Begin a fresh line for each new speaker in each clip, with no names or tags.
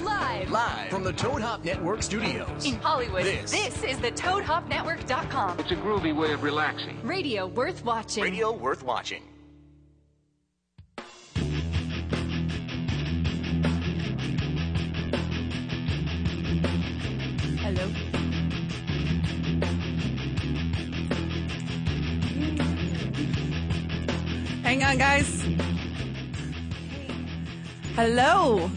Live
Live from the Toad Hop Network studios.
in Hollywood.
This.
is the ToadHopNetwork.com.
It's a groovy way of relaxing.
Radio worth watching.
Radio worth watching.
Hello.
Hang on, guys. Hello.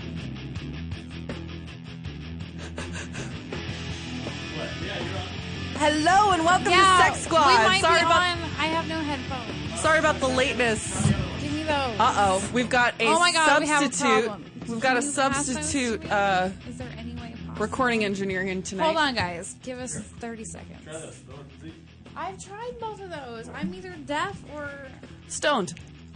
Hello and welcome to Sex Squad.
We might
Sorry
be
about
on. I have no headphones.
sorry about the lateness.
Give me those.
Uh oh, we've got a
Oh my God, we have a
substitute.
problem.
have got a
Can you pass those to
substitute
me?
uh,
Is there any way possible?
recording engineer in tonight.
Hold on, guys. Give us 30 seconds. I've tried both of those. I'm either deaf or.
Stoned.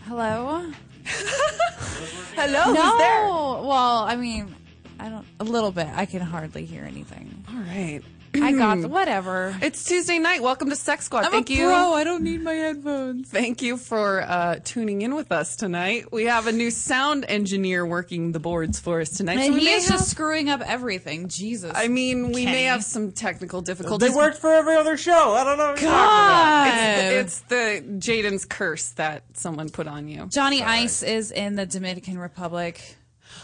Hello?
Hello,
no!
who's Oh, there?
Well, I mean, I don't. A little bit. I can hardly hear anything.
All right.
I got. The, whatever.
It's Tuesday night. Welcome to Sex Squad.
I'm
Thank
a
you.
pro. I don't need my headphones.
Thank you for uh, tuning in with us tonight. We have a new sound engineer working the boards for us tonight.
And
we
he
may
is
have-
just screwing up everything. Jesus.
I mean, we may
Okay.
have some technical difficulties.
They worked for every other show. I don't know. what you're
God.
talking
It's the, it's the Jaden's curse that someone put on you.
Johnny Ice is in the Dominican Republic.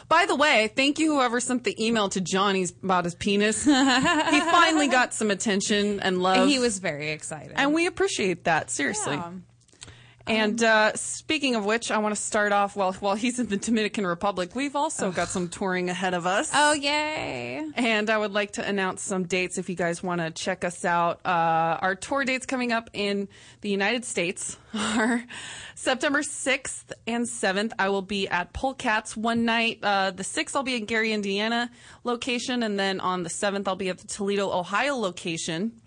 By the way, thank you whoever sent the email to Johnny's about his penis. he finally got some attention and love.
He was very excited.
and we appreciate that seriously.
Yeah.
And uh, speaking of which, I want to start off while while he's in the Dominican Republic. We've also got some touring ahead of us.
Oh yay!
And I would like to announce some dates if you guys want to check us out. Uh, our tour dates coming up in the United States are September 6th and 7th. I will be at Polecats one night. Uh, the 6th, I'll be at Gary, Indiana location. And then on the 7th, I'll be at the Toledo, Ohio location.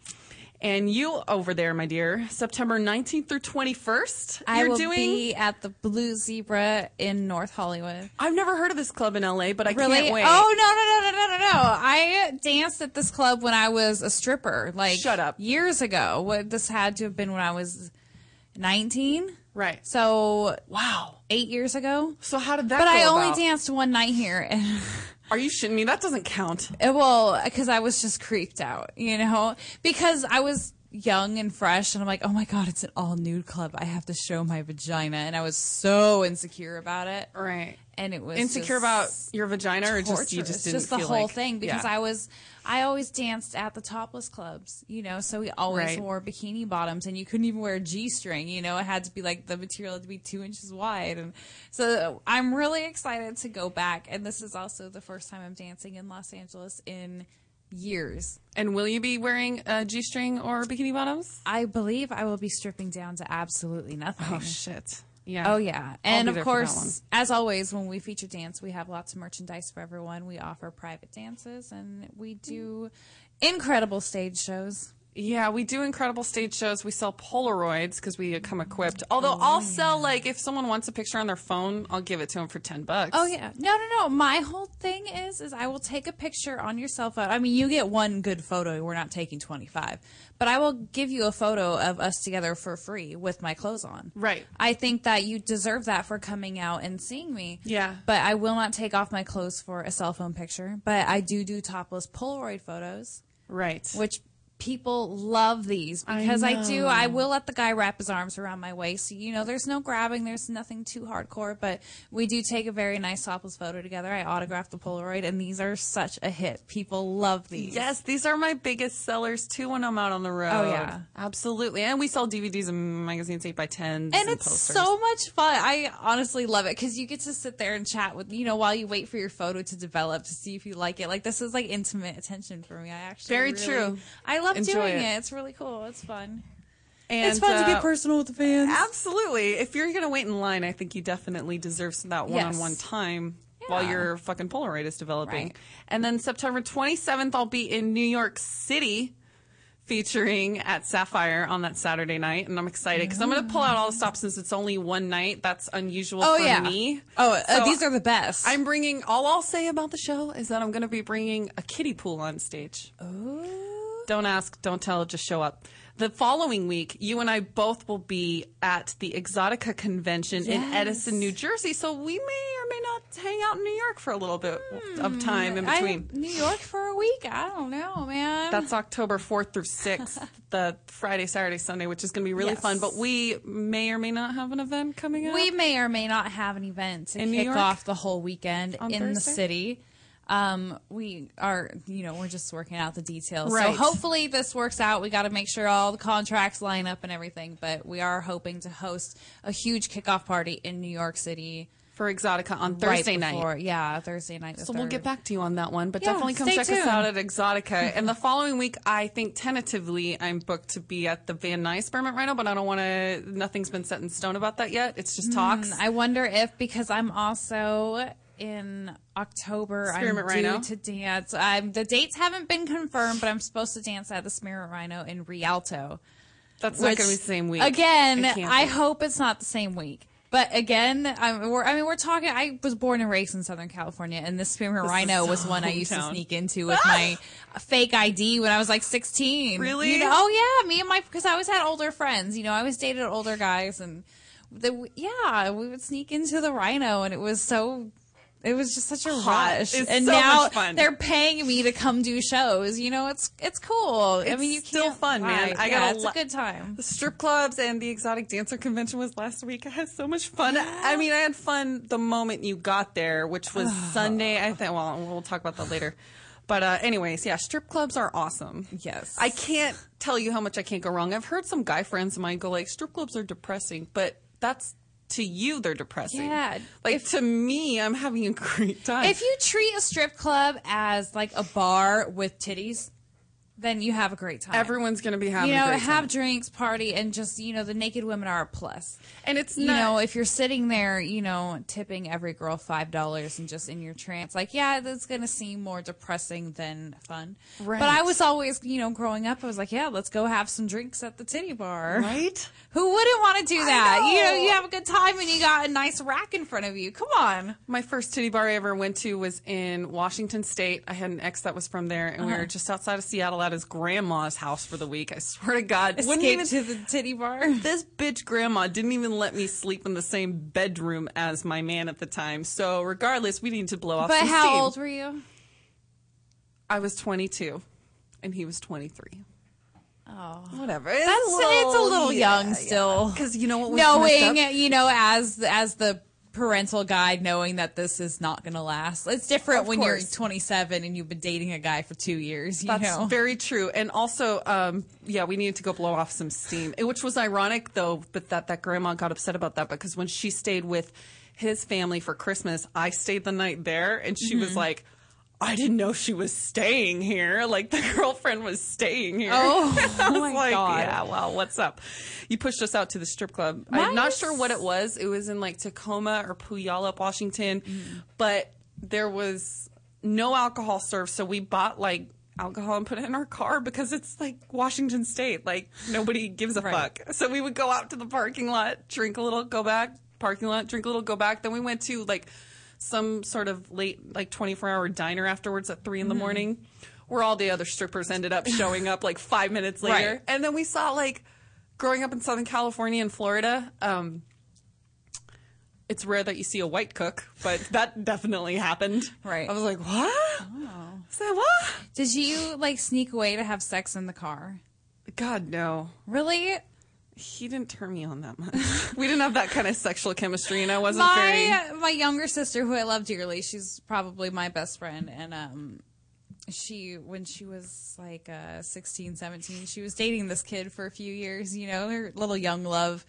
And you over there, my dear, September 19th through 21st,
I
you're
will
doing.
be at the Blue Zebra in North Hollywood.
I've never heard of this club in LA, but I
Really?
can't wait.
Oh no no no no no no no! I danced at this club when I was a stripper. Like
Shut up.
Years ago. What this had to have been when I was nineteen.
Right.
So
Wow.
eight years ago.
So how did that
But
go
I only
about?
danced one night here, and
Are you shitting me? That doesn't count.
Uh, well, because I was just creeped out, you know, because I was young and fresh, and I'm like, oh my god, it's an all nude club. I have to show my vagina, and I was so insecure about it.
Right.
and it was
insecure
just
about your vagina or just you just
torturous.
didn't
the
feel
whole
like-
thing because
Yeah.
I was I always danced at the topless clubs, you know, so we always
Right.
wore bikini bottoms and you couldn't even wear a G string, you know, it had to be like the material had to be two inches wide and so I'm really excited to go back and this is also the first time I'm dancing in Los Angeles in years.
and will you be wearing a g-string or bikini bottoms
I believe I will be stripping down to absolutely nothing.
oh shit yeah
Oh yeah,
I'll
and
be
of
there for that one.
course, as always, when we feature dance, we have lots of merchandise for everyone. We offer private dances, and we do incredible stage shows.
yeah we do incredible stage shows we sell polaroids because we come equipped although i'll sell like if someone wants a picture on their phone i'll give it to them for 10 bucks
Oh yeah, no, no, no. My whole thing is, is I will take a picture on your cell phone. I mean, you get one good photo. We're not taking twenty five, but I will give you a photo of us together for free with my clothes on.
Right.
I think that you deserve that for coming out and seeing me.
Yeah.
But I will not take off my clothes for a cell phone picture. But I do do topless Polaroid photos.
right
which people love these because I, do. I will let the guy wrap his arms around my waist. You know, there's no grabbing, there's nothing too hardcore, but we do take a very nice topless photo together. I autographed the Polaroid, and these are such a hit. People love these.
Yes, these are my biggest sellers too when I'm out on the road.
Oh, yeah.
absolutely. And we sell DVDs and magazines, eight by tens,
And it's
posters.
so much fun. I honestly love it because you get to sit there and chat with, you know, while you wait for your photo to develop to see if you like it. Like, this is like intimate attention for me. I actually.
Very
really-
true.
I love
Enjoy
doing
it.
it. It's really cool. It's fun.
And,
it's fun to
uh,
get personal with the fans.
Absolutely. If you're going to wait in line, I think you definitely deserve some of that one on one
Yes.
time while
Yeah.
your fucking Polaroid is developing.
Right.
And then September 27th, I'll be in New York City featuring at Sapphire on that Saturday night. And I'm excited because I'm going to pull out all the stops since it's only one night. That's unusual
Oh
for
yeah.
me.
Oh, uh,
So
these are the best.
I'm bringing, all I'll say about the show is that I'm going to be bringing a kiddie pool on stage. Don't ask, don't tell, just show up. The following week, you and I both will be at the Exotica convention in
Yes.
Edison, New Jersey. So we may or may not hang out in New York for a little bit of time in
Hmm. I-
between.
New York for a week. I don't know, man.
That's October 4th through 6th, the Friday, Saturday, Sunday, which is going to be really
Yes.
fun. But we may or may not have an event coming up.
we may or may not have an event to
In New
kick
York?
off the whole weekend
On
in the
Thursday?
city. Um, we are, you know, we're just working out the details.
Right.
So hopefully this works out. We got to make sure all the contracts line up and everything, but we are hoping to host a huge kickoff party in New York City
for Exotica on
right
Thursday night.
before- Yeah, Thursday night. the
So we'll get
3rd.
back to you on that one, but
Yeah,
definitely come
stay
check us
tuned.
out at Exotica. and the following week, I think tentatively I'm booked to be at the Van Nuys Experiment right now, but I don't want to. Nothing's been set in stone about that yet. It's just talks.
Hmm, I wonder if because I'm also in October,
Spearmint
I'm due
Rhino?
to dance. I'm, the dates haven't been confirmed, but I'm supposed to dance at the Spearmint Rhino in Rialto.
That's not going
which,
to be the same week.
Again,
It can't
I
be.
hope it's not the same week. But again, I'm, we're, I mean, we're talking. I was born and raised in Southern California, and this Spearmint Rhino
so
was one I used to
hometown.
sneak into with my fake ID when I was like 16.
Really?
You know, oh yeah, me and my because I always had older friends. You know, I always dated older guys, and the, yeah, we would sneak into the Rhino, and it was so. It was just such a
Hot.
rush,
It's
and
so
now
much fun.
they're paying me to come do shows. You know, it's it's cool. I
It's
mean, you
still
can't
fun, man.
lie.
I
yeah,
got a
it's
lo-
a good time.
the strip clubs and the exotic dancer convention was last week. I had so much fun. I mean, I had fun the moment you got there, which was Sunday. I think. Well, we'll talk about that later. But uh, anyways, yeah, strip clubs are awesome.
Yes.
I can't tell you how much I can't go wrong. I've heard some guy friends of mine go like, strip clubs are depressing, but that's to you they're depressing.
Yeah.
Like to me, I'm having a great time.
If you treat a strip club as like a bar with titties, then you have a great time.
Everyone's gonna be having
you
a
know,
great
have
time.
drinks, party, and just you know, the naked women are a plus.
and it's
You
not,
know, if you're sitting there, you know, tipping every girl five dollars and just in your trance, like, yeah, that's gonna seem more depressing than fun.
Right.
But I was always, you know, growing up, I was like, yeah, let's go have some drinks at the titty bar.
right.
Who wouldn't want to do that?
know.
You know, you have a good time and you got a nice rack in front of you. Come on.
My first titty bar I ever went to was in Washington State. I had an ex that was from there, and
Uh-huh.
we were just outside of Seattle at his grandma's house for the week. I swear to God, wouldn't even
to the titty bar.
this bitch grandma didn't even let me sleep in the same bedroom as my man at the time. So regardless, we need to blow off.
But
some
how
steam.
old were you?
I was 22, and he was 23. Oh, whatever.
That's it's a little young still.
Because you know what? Was
Knowing,
messed up?
you know, as as the parental guide, knowing that this is not going to last. It's different
Of
when
course.
you're 27 and you've been dating a guy for two years. You
That's
know,
very true. And also, um, yeah, we needed to go blow off some steam, which was ironic though, but that that grandma got upset about that because when she stayed with his family for Christmas, I stayed the night there, and she was like. I didn't know she was staying here. Like the girlfriend was staying here.
Oh,
I was
my
like,
God.
yeah, well, what's up? You pushed us out to the strip club. I'm not
Nice.
sure what it was. It was in like Tacoma or Puyallup, Washington,
Mm.
but there was no alcohol served, so we bought like alcohol and put it in our car because it's like Washington State. Like nobody gives a
Right.
fuck. So we would go out to the parking lot, drink a little, go back, parking lot, drink a little, go back. Then we went to like some sort of late like 24 hour diner afterwards at three in the morning where all the other strippers ended up showing up like five minutes later.
Right.
And then we saw like growing up in Southern California and Florida, um, it's rare that you see a white cook, but that definitely happened.
Right.
I was like, what? Is that what?
did you like sneak away to have sex in the car?
God, no.
Really?
He didn't turn me on that much. we didn't have that kind of sexual chemistry, and I wasn't very.
my my younger sister who I love dearly, she's probably my best friend and um she when she was like uh 16 17 she was dating this kid for a few years you know her little young love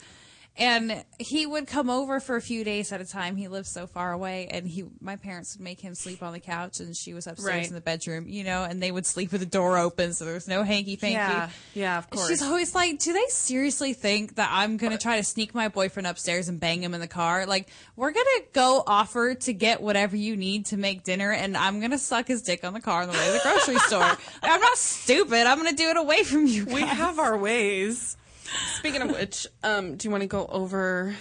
and he would come over for a few days at a time he lived so far away and he my parents would make him sleep on the couch and she was upstairs
Right.
in the bedroom you know and they would sleep with the door open so there was no hanky panky
Yeah. Yeah, of course.
She's always like, do they seriously think that I'm going to try to sneak my boyfriend upstairs and bang him in the car? Like, we're going to go offer to get whatever you need to make dinner, and I'm going to suck his dick on the car on the way to the grocery store. I'm not stupid. I'm going to do it away from you.
we have our ways. Speaking of which, um, do you want to go over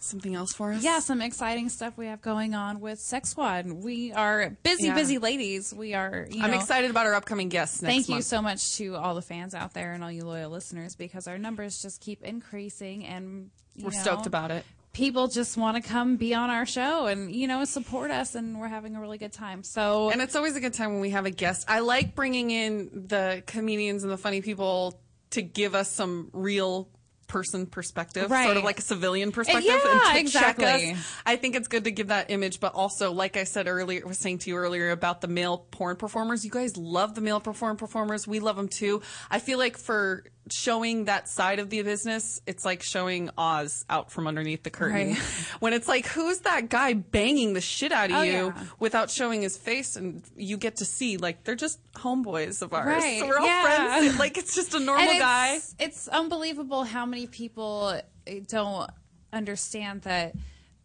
Something else for us?
yeah, some exciting stuff we have going on with Sex Squad. We are busy,
Yeah.
busy ladies. We are. You
I'm
know,
excited about our upcoming guests next
Thank you
month.
so much to all the fans out there and all you loyal listeners because our numbers just keep increasing and you
We're
know,
stoked about it.
People just want to come be on our show and you know support us and we're having a really good time. So
And it's always a good time when we have a guest. I like bringing in the comedians and the funny people to give us some real person perspective,
Right.
sort of like a civilian perspective.
yeah,
and to
exactly.
Check us. I think it's good to give that image, but also, like I said earlier, was saying to you earlier about the male porn performers. You guys love the male porn performers. We love them too. I feel like for showing that side of the business, it's like showing Oz out from underneath the curtain.
Right.
When it's like, who's that guy banging the shit out of
Oh,
you?
yeah.
without showing his face and you get to see like they're just homeboys of ours
Right,
we're all
yeah.
friends like it's just a normal
And
guy
It's, it's unbelievable how many people uh, don't understand that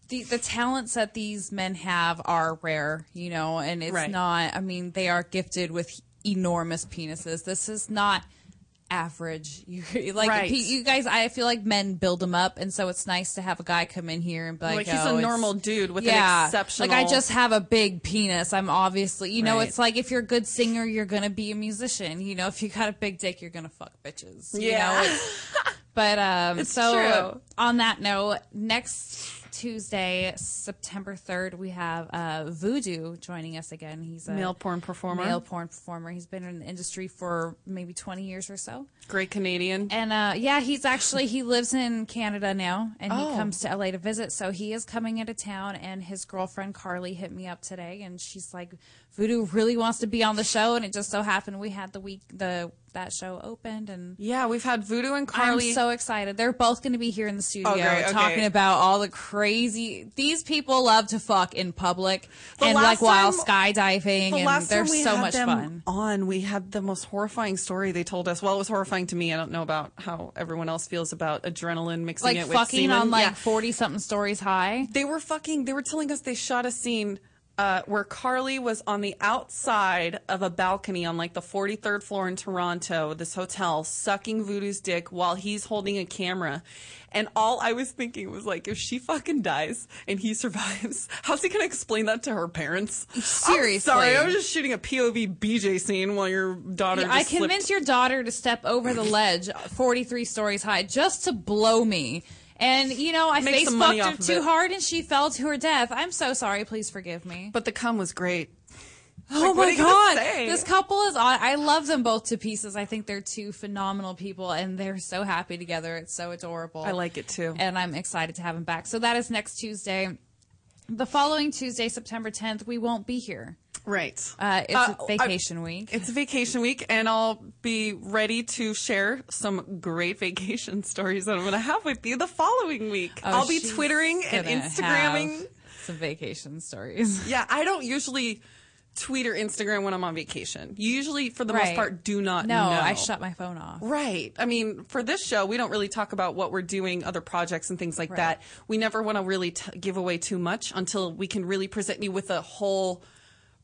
the, the talents that these men have are rare, you know, and it's
Right.
not, I mean, they are gifted with enormous penises. This is not average. You, like,
Right.
pe- you guys, I feel like men build them up, and so it's nice to have a guy come in here and be like,
Like, he's
"Oh,
a
it's-
normal dude with an exceptional-
Like, I just have a big penis. I'm obviously, you know,
Right.
it's like if you're a good singer, you're gonna be a musician. You know, if you got a big dick, you're gonna fuck bitches. you
Yeah.
know? It's- but um, so
true.
on that note, next Tuesday, September third, we have uh, Voodoo joining us again. He's a
Male porn performer.
Male porn performer. He's been in the industry for maybe twenty years or so.
great canadian
And uh, yeah, he's actually he lives in Canada now, and
Oh.
he comes to LA to visit. So he is coming into town, and his girlfriend Carly hit me up today, and she's like, "Voodoo really wants to be on the show," and it just so happened we had the week the that show opened, and
yeah we've had voodoo and carly
I'm so excited. They're both going to be here in the studio
Oh, great, okay.
talking about all the crazy. These people love to fuck in public
The
and
last
like while
time-
skydiving,
the
and
last
they're
time we
so
had
much
them
fun.
on, we had the most horrifying story they told us. Well, it was horrifying to me. I don't know about how everyone else feels about adrenaline mixing
Like
it with
fucking
semen.
on like
Yeah.
forty something stories high.
they were fucking they were telling us they shot a scene uh, where Carly was on the outside of a balcony on like the 43rd floor in Toronto, this hotel, sucking Voodoo's dick while he's holding a camera. And all I was thinking was like, if she fucking dies and he survives, how's he gonna explain that to her parents? I'm
Seriously.
sorry, I was just shooting a POV BJ scene while your daughter.
Yeah, I
just slipped-
convinced your daughter to step over the ledge 43 stories high just to blow me. And, you know, I
Make
face
some money
fucked her
off of
too
it.
hard and she fell to her death. I'm so sorry. Please forgive me.
But the cum was great.
oh
like, what are
my
you gonna
God.
say?
This couple is on. I love them both to pieces. I think they're two phenomenal people and they're so happy together. It's so adorable.
I like it too.
And I'm excited to have them back. So that is next Tuesday. The following Tuesday, September 10th, we won't be here.
Right.
Uh, it's
Uh,
a
I-
vacation week.
It's vacation week, and I'll be ready to share some great vacation stories that I'm going to have with you the following week.
Oh,
I'll be
she's
twittering and
gonna
Instagramming.
have some vacation stories.
Yeah, I don't usually tweet or Instagram when I'm on vacation. You usually, for the most
Right.
part, do not
No,
know.
I shut my phone off.
Right. I mean, for this show, we don't really talk about what we're doing, other projects and things like that. We never want to really t- give away too much until we can really present you with a whole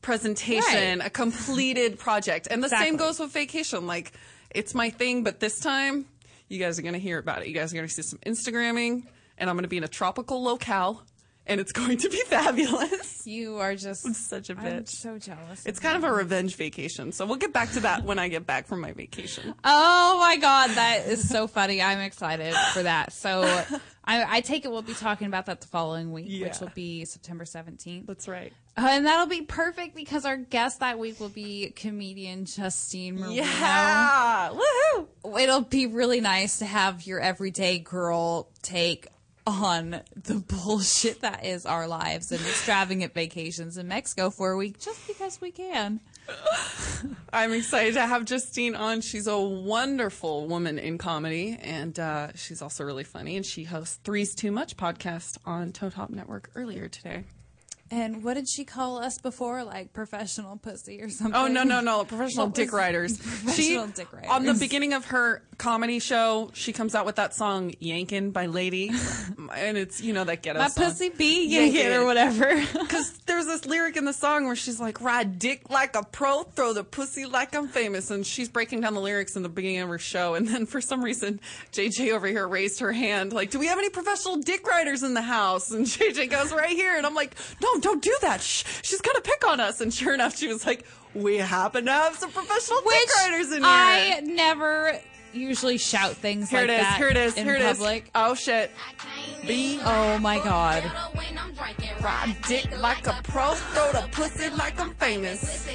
presentation,
Right.
a completed project. And the same
Exactly.
goes with vacation. Like, it's my thing, but this time, you guys are going to hear about it. You guys are going to see some Instagramming, and I'm going to be in a tropical locale, and it's going to be fabulous.
You are just
such a
I'm
bitch.
so jealous.
It's kind of a revenge vacation. So we'll get back to that when I get back from my vacation.
oh my god, that is so funny. I'm excited for that. So I, I take it we'll be talking about that the following week,
Yeah.
which will be September 17th.
That's right.
Uh, and that'll be perfect because our guest that week will be comedian Justine Marino.
Yeah. Woohoo.
It'll be really nice to have your everyday girl take on the bullshit that is our lives and extravagant vacations in Mexico for a week just because we can.
I'm excited to have Justine on. She's a wonderful woman in comedy, and uh, she's also really funny. And she hosts Three's Too Much podcast on Toad Hop Network earlier today.
And what did she call us before? Like professional pussy or something?
Oh no no no! Professional
What
dick
was-
riders.
Professional dick
On the
riders.
beginning of her comedy show. She comes out with that song "Yankin" by Lady, and it's you know that ghetto
My
song.
pussy be
Yank
yanking
it.
or whatever.
Because there's this lyric in the song where she's like, ride dick like a pro, throw the pussy like I'm famous. And she's breaking down the lyrics in the beginning of her show. And then for some reason, JJ over here raised her hand, like, do we have any professional dick riders in the house? And JJ goes, right here. And I'm like, no, don't do that. Shh, she's going to pick on us. And sure enough, she was like, we happen to have some professional dick riders in here.
I never usually shout things
here
like
it is.
that
Here it is.
in
Here it is.
public.
Oh, shit.
B.
Oh my god.
Ride dick like a pro, throw the pussy like I'm famous.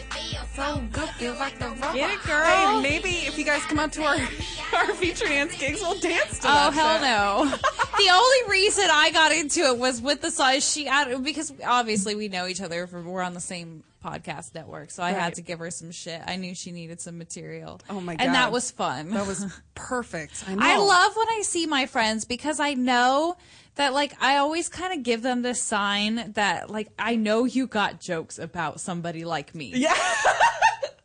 So good, feel like the robot.
Get it, girl. Hey, maybe if you guys come out to our our feature dance gigs, we'll dance to
Oh
that
hell
shit.
no! the only reason I got into it was with the song she I, because obviously we know each other from we're on the same podcast network, so I
Right.
had to give her some shit. I knew she needed some material.
Oh, my
And
God.
that was fun.
That was perfect. I know.
I love when I see my friends because I know that like I always kind of give them this sign that like I know you got jokes about somebody like me. Yeah.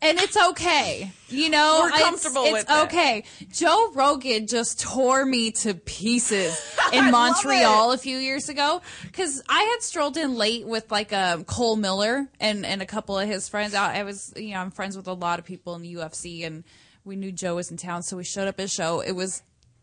and it's okay. You know,
We're
it's-
comfortable
it's,
with it.
okay. Joe Rogan just tore me to pieces in
love
Montreal a few years ago cuz I had strolled in late with like um Cole Miller and and a couple of his friends out. I was, you know, I'm friends with a lot of people in the UFC and we knew Joe was in town, so we showed up at his show. It was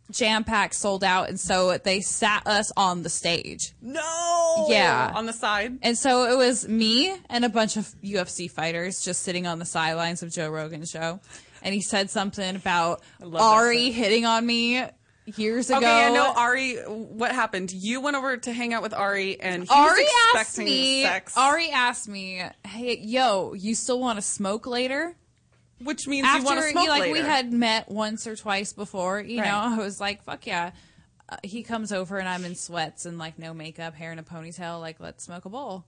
jam packed, sold out, and so they sat us on the stage.
No.
Yeah.
On the side.
And so it was me and a bunch of UFC fighters just sitting on the sidelines of Joe Rogan's show. And he said something about
love that
Ari hitting on me years ago.
Okay, I know Ari. What happened? You went over to hang out with Ari, and he
Ari
was
asked
expecting
me.
sex,
Ari asked me, "Hey, yo, you still want to smoke later?"
which means you want
after
to smoke
you- like
later.
we had met once or twice before you
Right.
know i was like fuck yeah uh, he comes over and i'm in sweats and like no makeup hair in a ponytail like let's smoke a bowl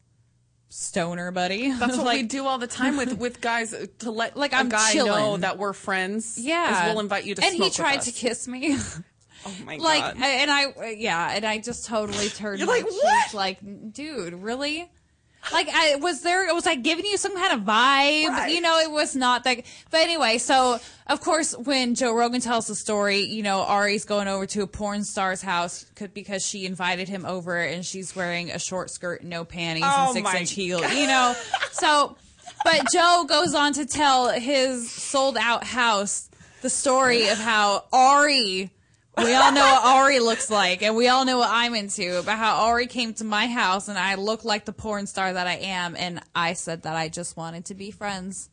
stoner buddy
That's what we do all the time with with guys uh, to let
Like,
a
I'm
guy know
chillin'.
that we're friends.
yeah
is we'll invite you to
and
smoke
he tried
with
to
us.
kiss me
Oh my
like
god!
I- and i yeah and i just totally turned
You're
my
like,
cheek,
"What?"
like dude really like I was there was I giving you some kind of vibe
Right.
you know it was not that but anyway so of course when Joe Rogan tells the story you know Ari's going over to a porn star's house could, because she invited him over and she's wearing a short skirt and no panties
Oh
and six
my
inch heel you know so but Joe goes on to tell his sold out house the story of how Ari we all know what Ari looks like, and we all know what I'm into. About how Ari came to my house, and I look like the porn star that I am, and I said that I just wanted to be friends.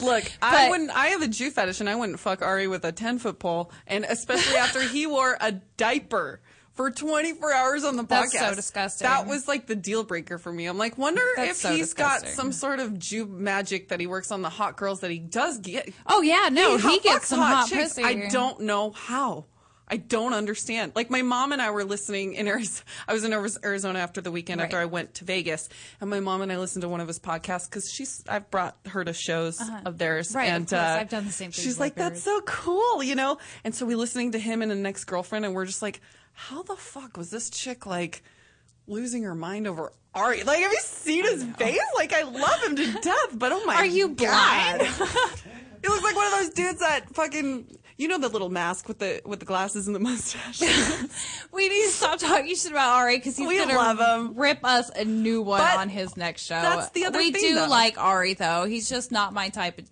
Look, I
But-
wouldn't. I have a Jew fetish, and I wouldn't fuck Ari with a ten foot pole, and especially after he wore a diaper for 24 hours on the podcast.
That's so disgusting.
That was like the deal breaker for me. I'm like, wonder
That's
if
so
he's got
disgusting.
some sort of Jew magic that he works on the hot girls that he does get.
Oh yeah, no, he,
hot- fucks
gets some hot,
chicks.
pussy.
I don't know how. I don't understand. Like my mom and I were listening in Arizona. I was in Ari- Arizona after the weekend after
Right.
I went to Vegas, and my mom and I listened to one of his podcasts because she's. I've brought her to shows of theirs,
Uh-huh. Right, of
And uh,
course. I've done the same thing
She's
with
like,
my
"That's so cool," you know. And so we're listening to him and an ex girlfriend, and we're just like, "How the fuck was this chick like?" Losing her mind over Ari. Like, have you seen his face? Like, I love him to death, but oh my
Are you
God.
blind?
He looks like one of those dudes that fucking you know the little mask with the with the glasses and the mustache.
we need to stop talking shit about Ari because he's
We
gonna
love him.
rip us a new one
But
on his next show.
that's the other
we
thing,
do
though.
like Ari though. He's just not my type of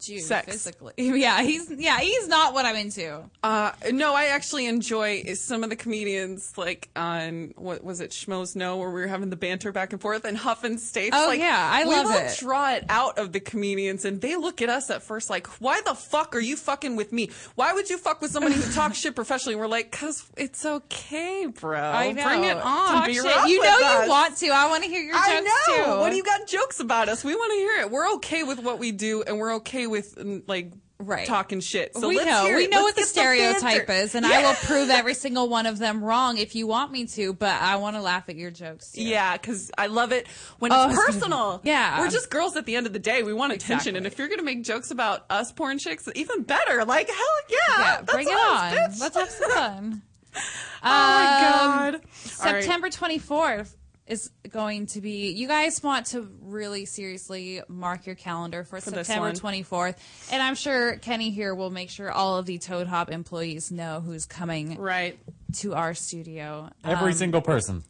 Jew
Sex.
physically. Yeah, he's yeah he's not what I'm into.
uh, no, I actually enjoy some of the comedians like on what was it Schmoes No where we were having the banter back and forth and Huff and States.
Oh,
like,
yeah, I
we
love
will
it.
Draw it out of the comedians and they look at us at first like, why the fuck are you fucking with me? Why would you fuck with somebody who talks shit professionally? We're like, cause it's okay, bro.
I know.
Bring it on.
Talk
Be
shit.
rough
You
with
know
us.
you want to. I want to hear your jokes
I know.
too.
What do you got jokes about us? We want to hear it. We're okay with what we do, and we're okay with mm, like
Right.
talking shit. So
we
let's
know
hear
we
it.
know
Let's
what
get
the
banter.
stereotype is, and I will prove every single one of them wrong if you want me to. But I want to laugh at your jokes. Too.
Yeah, because I love it when
Oh,
it's
it's-
personal.
yeah.
we're just girls at the end of the day. We want attention, and if you're gonna make jokes about us porn chicks, even better. Like hell yeah,
yeah.
that's
Bring it
us,
on.
bitch.
Let's have some fun.
oh my
Um,
god, All right.
September twenty fourth is going to be. You guys want to really seriously mark your calendar for,
this
September
one.
24th, and I'm sure Kenny here will make sure all of the Toad Hop employees know who's coming
Right.
to our studio.
Every
Um,
single person.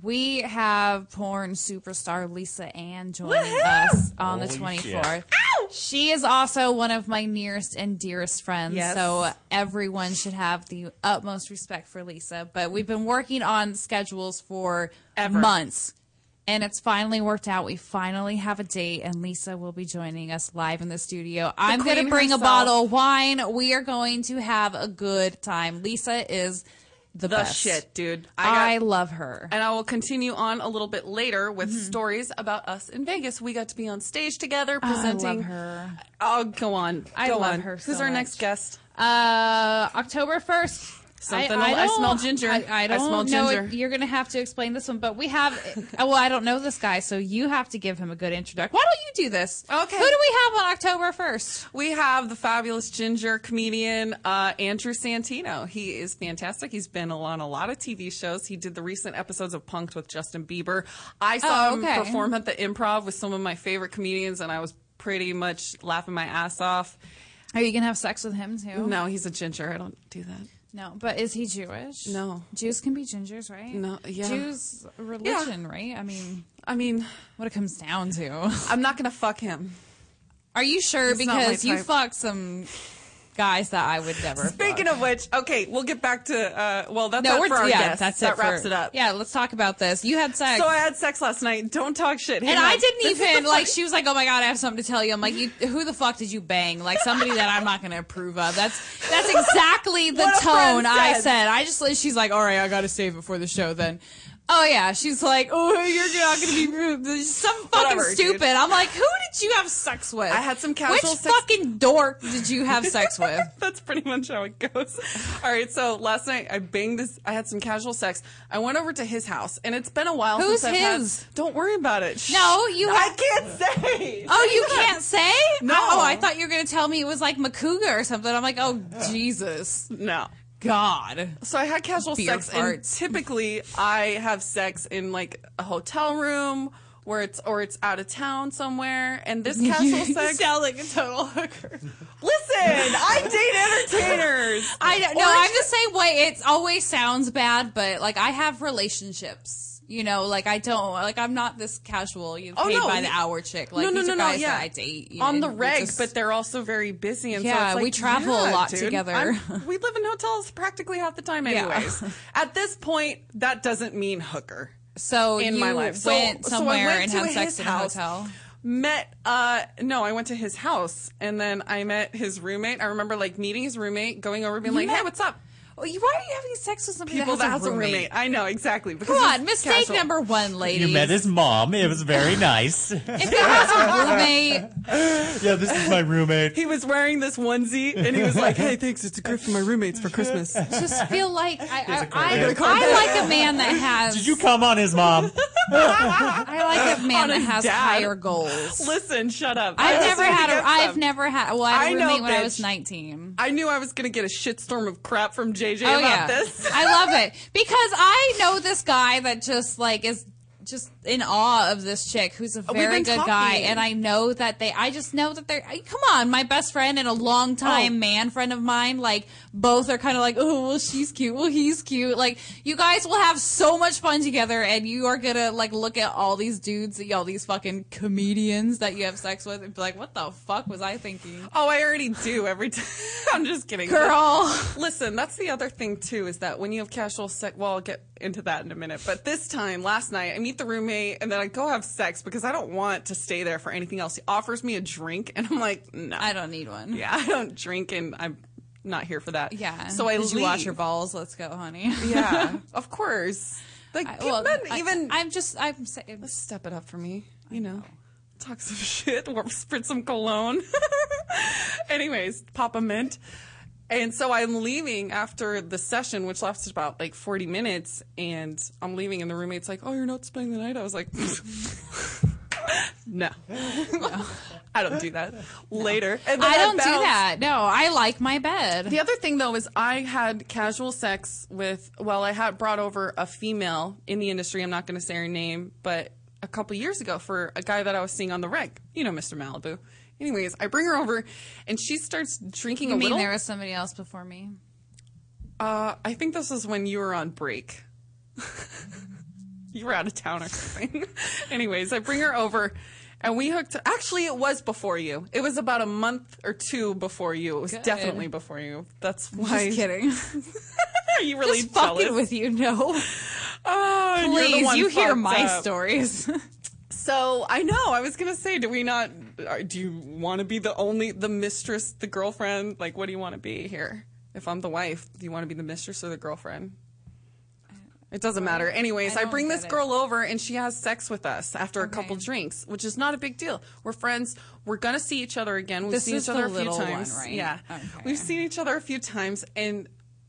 we have porn superstar Lisa Ann joining us on the
Holy
24th. She is also one of my nearest and dearest friends,
Yes.
so everyone should have the utmost respect for Lisa. But we've been working on schedules for
Ever.
months, and it's finally worked out. We finally have a date, and Lisa will be joining us live in the studio. I'm going
queen
to bring
herself.
a bottle of wine. We are going to have a good time. Lisa is the,
The
best.
shit, dude.
I,
I got,
love her.
and I will continue on a little bit later with
Mm-hmm.
stories about us in Vegas. We got to be on stage together presenting.
I love her.
I'll go on.
I
go
love
on.
her
Who's
so
our
much.
next guest?
Uh, October first.
Something I- I
don't-
smell ginger.
I, I
I
don't
smell
know.
ginger.
if- You're gonna have to explain this one, but we have. oh, well, I don't know this guy, so you have to give him a good introduction. Why don't you do this?
Okay.
Who do we have on October first?
We have the fabulous ginger comedian uh, Andrew Santino. He is fantastic. He's been on a lot of TV shows. He did the recent episodes of Punked with Justin Bieber. I saw
Oh, okay.
him perform at the Improv with some of my favorite comedians, and I was pretty much laughing my ass off.
Are you gonna have sex with him too?
No, he's a ginger. I don't do that.
No, but is he Jewish?
No.
Jews can be gingers, right?
No, yeah.
Jews religion, right? I mean,
I mean,
what it comes down to.
I'm not gonna fuck him.
Are you sure?
It's not my
because you
type.
fucked some guys that I would never. fuck.
Speaking of which, okay, we'll get back to. Uh, well, that's
No,
it
we're
for our
yeah,
guests.
that's
that
it. for-
wraps it up.
Yeah, let's talk about this. You had sex.
So I had sex last night. Don't talk shit.
and
Hang
I
on.
didn't
This is
even
the
like.
funny-
She was like, "Oh my god, I have something to tell you." I'm like, you, "Who the fuck did you bang?" Like somebody that I'm not going to approve of. That's that's exactly the
What a friend
tone I
said.
said. I just she's like, "All right, I got to save it for the show." Then, oh yeah, she's like, "Oh, you're not going to be rude." There's Some fucking
Whatever, dude.
stupid. I'm like, "Who did you have sex with?"
I had some casual
Which
sex-
fucking dork did you have sex with?
That's pretty much how it goes. All right, so last night I banged this. I had some casual sex. I went over to his house, and it's been a while
Who's
since I've
his?
had. Don't worry about it. Shh.
No, you
I
have-
can't say.
Oh, you can't say?
No.
Oh, I thought you were going to tell me it was like Macuga or something. I'm like, oh, Jesus.
No.
God.
So I had casual
Beer
sex, and
farts.
typically I have sex in like a hotel room where it's or it's out of town somewhere. And this casual sex.
sound like a total hooker.
Listen, I date entertainers.
I don't know. I'm the same way. It always sounds bad, but like I have relationships. You know, like I don't like I'm not this casual. You
Oh,
paid
no,
by the
you-
hour chick. Like
no, no,
these
no,
are
no.
guys
Yeah,
that I date you
on
know,
the
we
reg,
just-
but they're also very busy, and so
Yeah,
it's like,
we travel a
yeah,
lot
dude,
together.
I'm- we live in hotels practically half the time,
Yeah.
anyways. At this point, that doesn't mean hooker
so
in
you
my life. So-
went
so I
somewhere
went
and
to
had sex
his
in
house,
a hotel.
Met uh no, I went to his house and then I met his roommate. I remember like meeting his roommate, going over being like,
met-
"Hey, what's up?"
Oh, you- Why are you having sex with somebody
People
that has, a, roommate?
I know exactly. Because
Come
it's
on, mistake
casual.
number one, ladies.
You met his mom. It was very nice.
If there has a roommate,
yeah, this is my roommate.
He was wearing this onesie and he was like, "Hey, thanks, it's a gift from my roommates for Christmas."
just feel like I, I,
Here's
I,
a
card.
I like a man that has.
Did you come on his mom?
I like a man
On
that
his
has
dad.
higher goals.
Listen, shut up.
I've
That's
never
where he
had. A,
gets
I've
them.
never had. Well, I had
I
a
know,
roommate when I was
bitch.
nineteen.
I knew I was going to get a shitstorm of crap from JJ
Oh,
about this.
I love it because I know this guy that just like is just in awe of this chick who's a
Oh, We've
very
been
good guy,
talking.
and I know that they. I just know that they're. I- Come on, my best friend and a longtime
Oh.
man friend of mine, like both are kind of like, oh well, she's cute, well he's cute. Like you guys will have so much fun together, and you are gonna like look at all these dudes, all these fucking comedians that you have sex with, and be like, what the fuck was I thinking,
Oh, I already do every time. I'm just kidding.
girl?
Listen, that's the other thing too is that when you have casual sex, well, I'll get into that in a minute. But this time, last night, I meet the roommate and then I go have sex because I don't want to stay there for anything else. He offers me a drink and I'm like, no,
I don't need one.
yeah, I don't drink and I'm not here for that.
Yeah.
So I
Did you watch
leave.
your balls? Let's go, honey.
Yeah, of course. Like,
I-
give men even
I, am just. I'm saying.
step it up for me. You know, talk some shit, or spritz some cologne. Anyways, Papa Mint. And so I'm leaving after the session, which lasted about like 40 minutes. And I'm leaving, and the roommate's like, "Oh, you're not spending the night." I was like, No. I don't do that. Later. And then
I don't do
bounced.
that. No, I like my bed.
The other thing though is I had casual sex with well I had brought over a female in the industry I'm not going to say her name but a couple years ago for a guy that I was seeing on the reg you know Mr Malibu anyways I bring her over and she starts drinking
You
a
mean
little
there was somebody else before me?
uh, I think this is when you were on break you were out of town or something anyways I bring her over and we hooked actually it was before you it was about a month or two before you it was definitely before you that's why
Just kidding.
are you really
Just
jealous?
fucking with you. No,
Oh, and you're the
please.
one
You hear
fucked
my
up.
stories.
So I know. I was gonna say, do we not? are- Do you want to be the only, the mistress, the girlfriend? Like, what do you want to be here? If I'm the wife, do you want to be the mistress or the girlfriend? It doesn't matter. Anyways,
I
I,
don't
bring this
get it.
girl over and she has sex with us after a couple
Okay.
drinks, which is not a big deal. We're friends. We're gonna see each other again. We've
This
seen
is
each other
the
a few
little one,
times.
right?
Yeah,
Okay.
we've seen each other a few times, and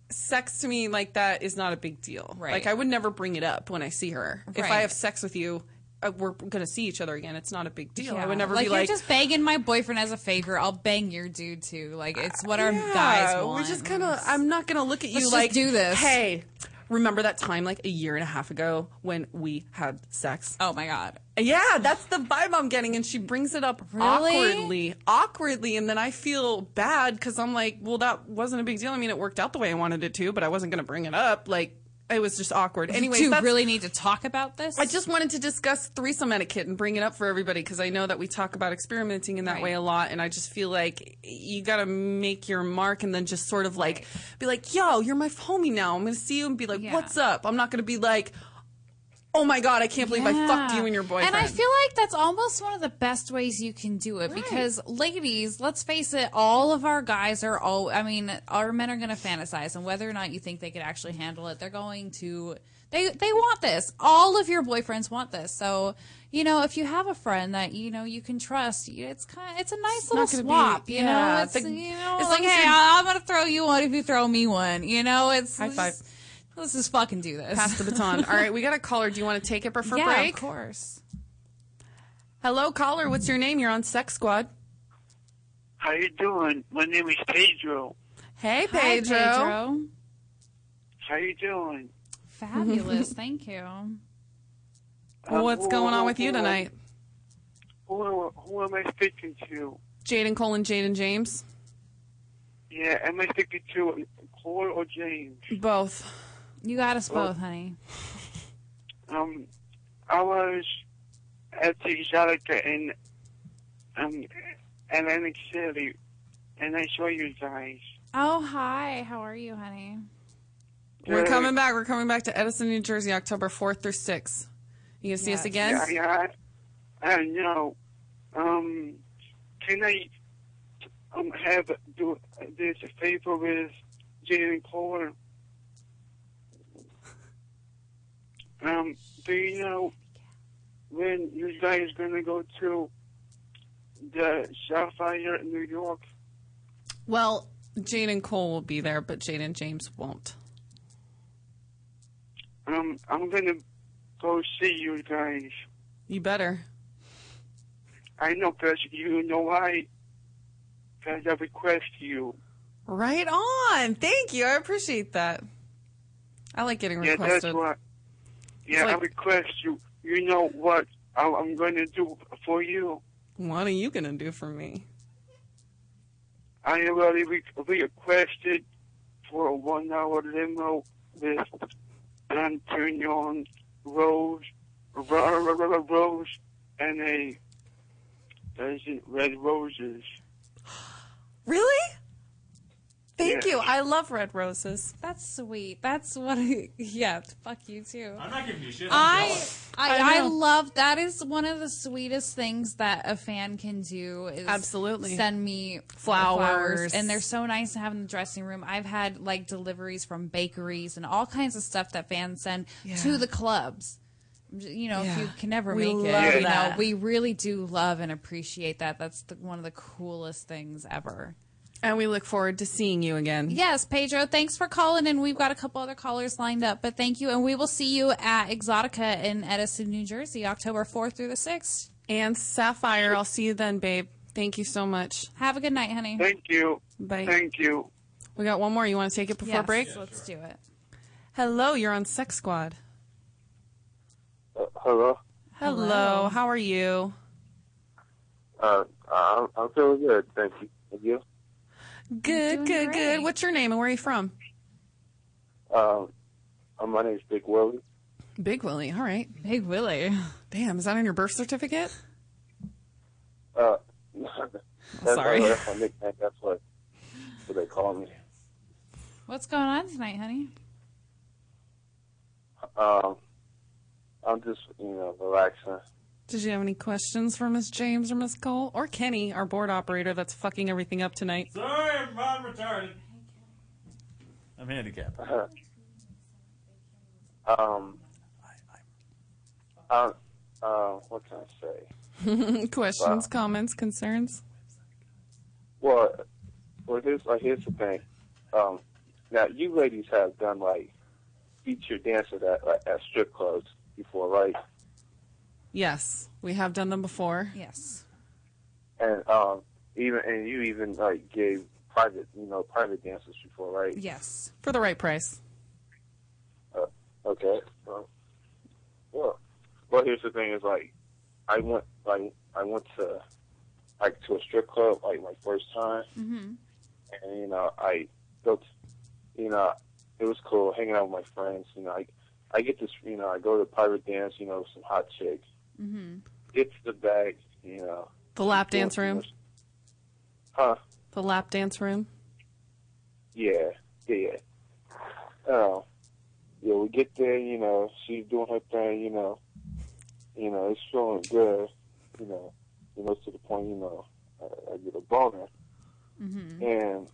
sex to me like that is not a big deal.
Right.
Like I would never bring it up when I see her. If I
Right.
have sex with you, uh, we're gonna see each other again. It's not a big deal. I would never
like
be like,
you're just banging my boyfriend as a favor. I'll bang your dude too. Like it's what our
yeah,
guys want.
We just kind of. I'm not gonna look at you
Let's just
like
do this.
Hey, remember that time like a year and a half ago when we had sex?
Oh my god.
Yeah, that's the vibe I'm getting, and she brings it up
Really?
awkwardly, awkwardly, and then I feel bad because I'm like, well, that wasn't a big deal. I mean, it worked out the way I wanted it to, but I wasn't gonna bring it up. Like, it was just awkward. Anyways,
do you
that's-
really need to talk about this?
I just wanted to discuss threesome etiquette and bring it up for everybody because I know that we talk about experimenting in that
Right.
way a lot, and I just feel like you got to make your mark and then just sort of like be like, "Yo, you're my homie now. I'm gonna see you and be like,
Yeah.
what's up?" I'm not gonna be like, "Oh my god, I can't believe I fucked
Yeah.
you and your boyfriend."
And I feel like that's almost one of the best ways you can do it because, ladies, let's face it, all of our guys are all, I mean, our men are going to fantasize. And whether or not you think they could actually handle it, they're going to, they, they want this. All of your boyfriends want this. So, you know, if you have a friend that, you know, you can trust, you- it's kind of, it's a nice little
not gonna be-
swap, you know?
yeah,
It's,
the-
you know,
as
like,
long as
hey,
you-
I- I'm going to throw you one if you throw me one, you know? It's,
High five.
let's, let's just fucking do this.
pass the baton. All right, we got a caller. Do you want to take it before
yeah,
break?
of course.
Hello, caller. What's your name? You're on Sex Squad.
How you doing? My name is Pedro.
Hey,
Hi,
Pedro.
Pedro.
How you doing?
Fabulous. Thank you.
What's going on with you tonight?
Who, am- who am I speaking to?
Jaden Cole and Jaden James.
Yeah, am I speaking to Cole or James?
Both.
You got us
Oh.
both, honey.
Um, I was at the Exotica in um Atlantic City, and I saw you guys.
Oh, hi. How are you, honey?
We're
Uh,
coming back. We're coming back to Edison, New Jersey, October 4th through 6th. You gonna see us
Yes.
again?
Yeah, yeah. I, I know. Um, can I um have do this favor with Jane and Cole? Um, do you know when you guys gonna go to the Sapphire in New York?
Well, Jane and Cole will be there, but Jane and James won't.
Um, I'm gonna go see you guys.
You better.
I know, cause you know why? Cause I request you.
Right on. Thank you. I appreciate that. I like getting
Yeah,
requested.
that's what. Yeah,
It's like-
I request you. You know what I, I'm going to do for you.
What are you gonna do for me?
I already re- requested for a one-hour limo with Antonio Rose, Ro- Ro- Ro- Ro- Rose, and a dozen red roses.
Really? Thank
Yeah.
you. I love red roses.
That's sweet. That's what I. Yeah, fuck you too.
I'm not giving you shit.
I I,
I
I
know.
love that is one of the sweetest things that a fan can do is
Absolutely.
send me
Flowers.
and they're so nice to have in the dressing room. I've had like deliveries from bakeries and all kinds of stuff that fans send to the clubs. You know, if
Yeah.
you can never
We
make
love
it, you know,
that.
we really do love and appreciate that. That's the, one of the coolest things ever.
And we look forward to seeing you again.
Yes, Pedro, thanks for calling and We've got a couple other callers lined up, but thank you. And we will see you at Exotica in Edison, New Jersey, October 4th through the 6th.
and Sapphire. I'll see you then, babe. Thank you so much.
Have a good night, honey.
Thank you.
Bye.
Thank you.
We got one more. You want to take it before
Yes,
break?
Let's do it.
Hello, you're on Sex Squad.
Uh, hello.
Hello. how are you?
Uh, I'm, I'm feeling good. Thank you. And you?
Good,
doing
good,
great.
good. What's your name and where are you from?
Um, uh, my name's Big Willie.
Big Willie. All right.
Big Willie.
Damn, is that on your birth certificate?
Uh, that's
Sorry.
My, that's my nickname. That's what, what they call me.
What's going on tonight, honey?
Um, I'm just you know relaxing.
Did you have any questions for Miss James or Miss Cole or Kenny, our board operator that's fucking everything up tonight?
Sorry, I'm retarded.
I'm handicapped.
Um, I, uh, what can I say?
questions, comments, concerns?
Well, well, here's like here's the thing. Um, now you ladies have done like feature dances at like, at strip clubs before, right?
Yes, we have done them before.
Yes.
And um, even and you even like gave private you know private dances before, right?
Yes.
For the right price.
Uh, okay. Well, well, well, here's the thing: is like, I went, like, I went to, like, to a strip club, like, my first time,
Mm-hmm.
and you know, I built, you know, it was cool hanging out with my friends. You know, I, I get this, you know, I go to a private dance, you know, with some hot chick, mm-hmm. gets the bag, you know,
The lap dance room.
huh?
The lap dance room.
Yeah, yeah. Oh, yeah. We get there, you know. She's doing her thing, you know. You know, it's feeling good, you know. You know, to the point, you know, I, I get a boner, and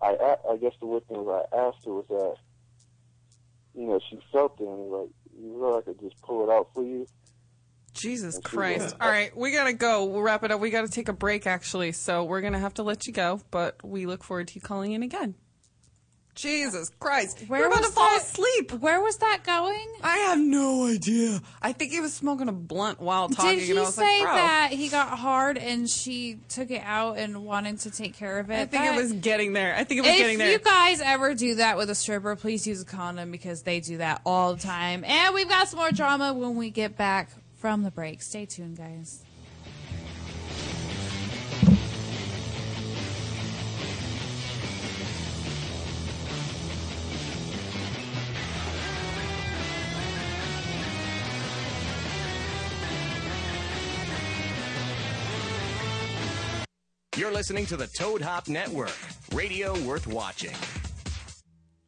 I, a- I guess the weird thing was I asked her was that, you know, she felt it and was like, you know, I could just pull it out for you.
Jesus Christ. All right, we got to go. We'll wrap it up. We got to take a break, actually. So we're going to have to let you go, but we look forward to you calling in again. Jesus Christ.
Where
You're about
was
to fall
that-
asleep.
Where was that going?
I have no idea. I think he was smoking a blunt while talking.
Did he
and I was
say
like, Bro.
that he got hard and she took it out and wanted to take care of it?
I think
That-
it was getting there. I think it was getting
If
there.
you guys ever do that with a stripper, please use a condom because they do that all the time. And we've got some more drama when we get back from the break. Stay tuned, guys.
You're listening to the Toad Hop Network, radio worth watching.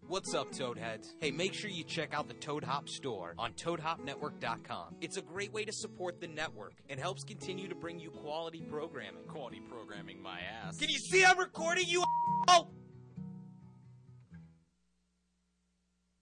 What's up, Toadheads? Hey, make sure you check out the Toad Hop store on ToadHopNetwork.com. It's a great way to support the network and helps continue to bring you quality programming. Quality programming, my ass. Can you see I'm recording you? Oh!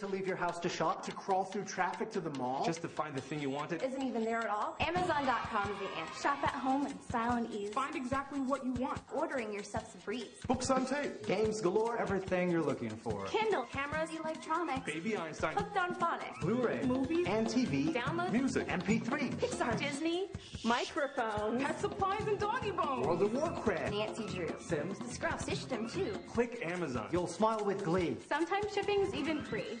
To leave your house to shop, to crawl through traffic to the mall.
Just to find the thing you wanted.
isn't even there at all. Amazon.com is the answer. Shop at home in style and ease.
find exactly what you want.
Ordering your stuff's a breeze.
Books on tape, games galore, everything you're looking for.
Kindle, cameras, electronics,
Baby Einstein,
hooked on phonics,
Blu-ray, movies, and TV,
Download-
music, MP3,
Pixar, Disney, microphones, pet supplies and doggy bones,
World of Warcraft,
Nancy Drew,
Sims.
The Scruff System too.
Click Amazon. You'll smile with glee.
Sometimes shipping's even free.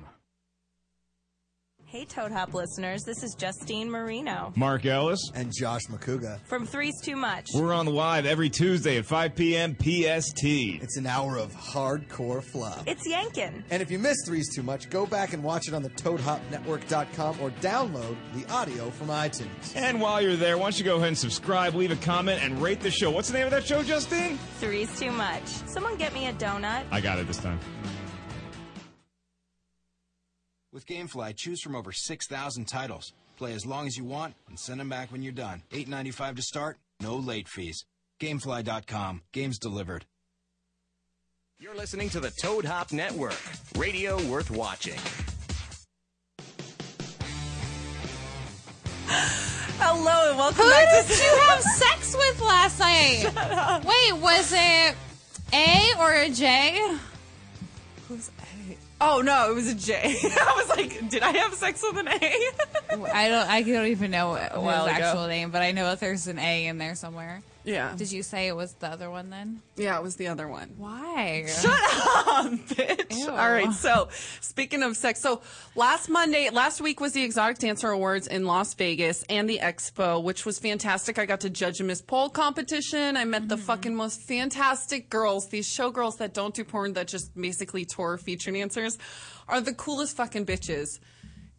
Hey, Toad Hop listeners, this is Justine Marino
Mark Ellis
and Josh McCouga.
from Three's Too Much.
We're on live every Tuesday at 5 p.m. PST.
It's an hour of hardcore flop.
It's Yankin.
And if you miss Threes Too Much, go back and watch it on the ToadHopNetwork.com or download the audio from iTunes.
And while you're there, why don't you go ahead and subscribe, leave a comment, and rate the show. What's the name of that show, Justine?
Three's Too Much. Someone get me a donut.
I got it this time.
With GameFly, choose from over 6,000 titles. Play as long as you want and send them back when you're done. 8.95 to start, no late fees. GameFly.com. Games delivered.
You're
Listening to the Toad Hop Network. Radio worth watching.
Hello and welcome
Who
back to
did you have sex with last night? Wait, was it A or a J?
Who's A? Oh no, it was a J. I was like, did I have sex with an A?
I don't. I don't even know his
while ago.
actual name, but I know that there's an A in there somewhere.
Yeah.
Did you say it was the other one then?
yeah, it was the other one.
Why?
Shut up, bitch. All right. So, speaking of sex, so last Monday, last week was the Exotic Dancer Awards in Las Vegas and the Expo, which was fantastic. I got to judge a Miss Pole competition. I met the
Mm-hmm.
fucking most fantastic girls. These showgirls that don't do porn, that just basically tour feature dancers, are the coolest fucking bitches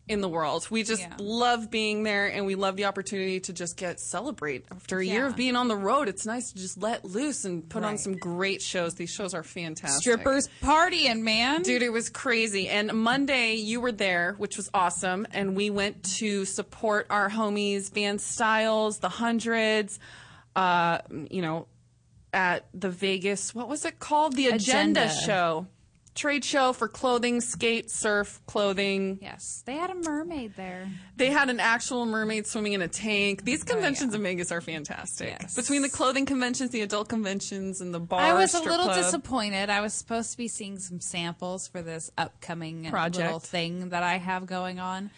in the world. We just love being there and we love the opportunity to just get celebrate after a year
Yeah.
of being on the road. It's nice to just let loose and put on
Right.
some great shows. These shows are fantastic.
Strippers partying, man.
Dude, it was crazy. And Monday you were there, which was awesome, and we went to support our homies Van Styles, the Hundreds, uh, you know, at the Vegas, what was it called? The Agenda,
Agenda.
show. Trade show for clothing, skate, surf, clothing.
Yes. They had a mermaid there.
They had an actual mermaid swimming in a tank.
Oh,
These conventions in Vegas are fantastic. Between the clothing conventions, the adult conventions, and the bar,
I was a
Oh, strip
little
club.
disappointed. I was supposed to be seeing some samples for this upcoming
Project.
little thing that I have going on.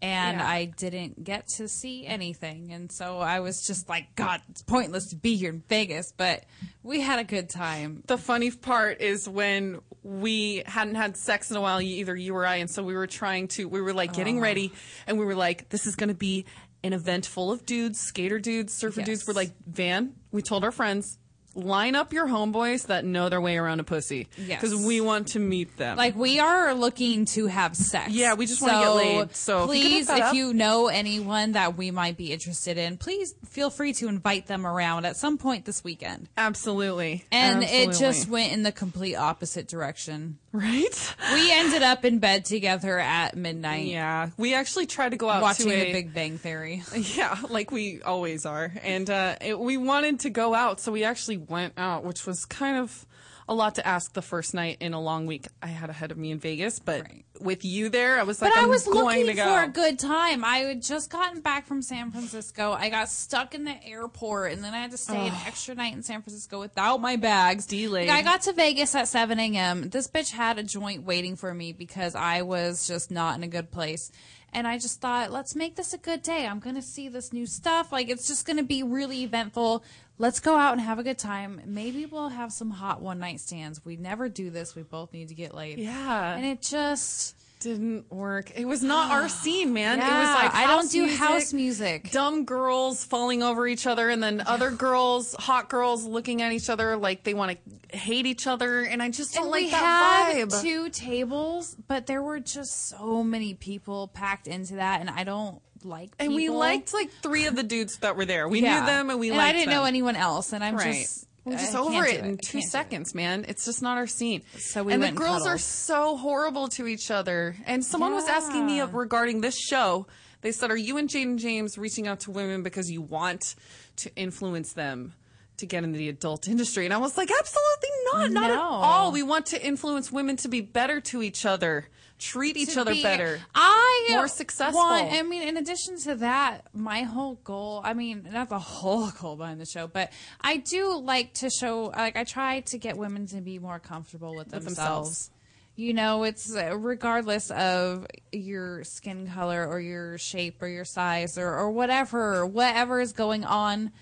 And
Yeah.
I didn't get to see anything. And so I was just like, God, it's pointless to be here in Vegas. But we had a good time.
The funny part is when we hadn't had sex in a while, either you or I, and so we were trying to, we were like getting
Oh.
ready, and we were like, this is going to be an event full of dudes, skater dudes, surfer dudes. We're like, Van, we told our friends, line up your homeboys that know their way around a pussy.
Yes.
Because we want to meet them.
Like we are looking to have sex.
Yeah, we just wanna get laid. So if you could
please,
hook that
if
up.
you know anyone that we might be interested in, please feel free to invite them around at some point this weekend.
Absolutely.
And it
Absolutely.
just went in the complete opposite direction.
Right?
We ended up in bed together at midnight.
Yeah. We actually tried to go out
watching
to a-
the Big Bang Theory.
Yeah, like we always are. And uh, it, we wanted to go out, so we actually went out, which was kind of a lot to ask the first night in a long week I had ahead of me in Vegas. But with you there, I was like,
but I
I'm
was
going
looking
to go.
for a good time. I had just gotten back from San Francisco. I got stuck in the airport, and then I had to stay an
Ugh.
extra night in San Francisco without my bags.
Delayed.
Like, I got to Vegas at 7 a.m. This bitch had a joint waiting for me because I was just not in a good place. And I just thought, let's make this a good day. I'm going to see this new stuff. Like, it's just going to be really eventful. Let's go out and have a good time. Maybe we'll have some hot one night stands. We never do this. We both need to get laid.
Yeah.
And it just
didn't work. It was not our scene, man. it was
Yeah,
like
I don't do house
music. Dumb girls falling over each other and then other girls, hot girls looking at each other like they want to hate each other and I just don't
And
like
we
that
had
vibe.
two tables, but there were just so many people packed into that, and I don't like.
and we
people.
liked like three of the dudes that were there. We
Yeah.
knew them and we
And
liked
I didn't
them.
know anyone else, and I'm
right.
just
we're just
I can't
over
do
it in
I
two
can't do
seconds, man. It's just not our scene. So
we
and the
went and
girls are
cuddled.
so horrible to each other. And someone was asking me regarding this show. They said, "Are you and Jaden James reaching out to women because you want to influence them?" To get into the adult industry. And I was like, absolutely not. Not at
No.
all. We want to influence women to be better to each other, treat each
to
other
be-
better.
I
More successful.
want- I mean, in addition to that, my whole goal. I mean, not the whole goal behind the show, but I do like to show. Like, I try to get women to be more comfortable with
With
themselves.
themselves.
You know, it's uh, regardless of your skin color or your shape or your size or, or whatever, whatever is going on.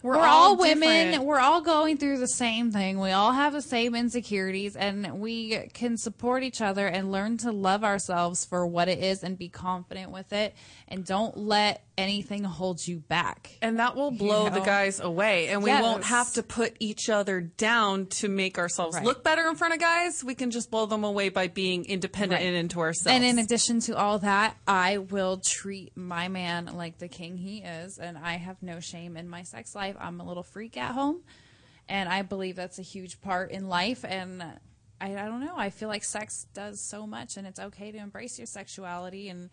We're
We're,
all
all, women.
different.
We're all going through the same thing. We all have the same insecurities, and we can support each other and learn to love ourselves for what it is and be confident with it. And don't let anything hold you back.
And that will blow the guys away, and we won't
Yes.
have to put each other down to make ourselves
Right.
look better in front of guys. We can just blow them away by being independent and into ourselves.
And in addition to all that, I will treat my man like the king he is, and I have no shame in my sex life. I'm a little freak at home, and I believe that's a huge part in life. And I, I don't know. I feel like sex does so much, and it's okay to embrace your sexuality and.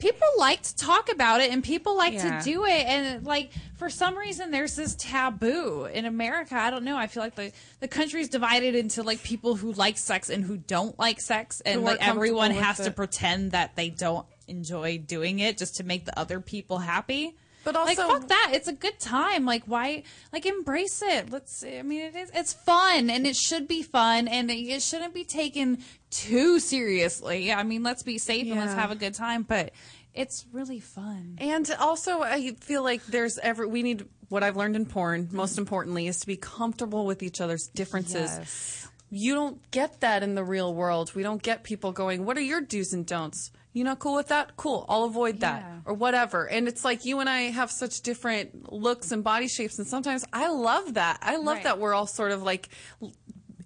People like to talk about it and people like
Yeah.
to do it and like for some reason there's this taboo in America. I don't know. I feel like the the country's divided into like people who like sex and who don't like sex and
Who are
like everyone
comfortable with
has to
it.
pretend that they don't enjoy doing it just to make the other people happy.
But
like
also-
fuck that. It's a good time. Like why like embrace it. Let's I mean it is it's fun and it should be fun and it shouldn't be taken too seriously. I mean, let's be safe and let's
Yeah.
have a good time, but it's really fun.
And also, I feel like there's every we need what I've learned in porn. Most importantly, is to be comfortable with each other's differences.
Yes.
You don't get that in the real world. We don't get people going, "What are your do's and don'ts?" You not cool with that? Cool, I'll avoid that or whatever. And it's like you and I have such different looks and body shapes, and sometimes I love that. I love
Right.
that we're all sort of like l-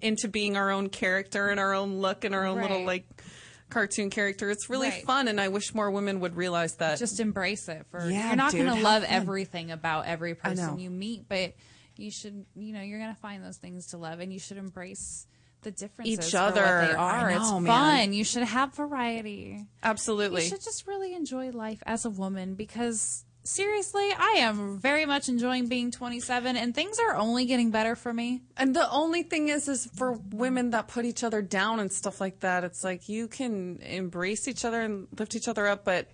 into being our own character and our own look and our own little
Right.
like cartoon character. It's really
Right.
fun, and I wish more women would realize that.
Just embrace it for
Yeah,
you're not
dude,
gonna
have
love
fun.
everything about every
I know.
person you meet, but you should you know, you're gonna find those things to love and you should embrace the differences
Each
for what
other.
they are.
I
it's
know,
fun.
man.
You should have variety.
Absolutely.
You should just really enjoy life as a woman because seriously, I am very much enjoying being 27 and things are only getting better for me.
And the only thing is, is for women that put each other down and stuff like that, it's like you can embrace each other and lift each other up, but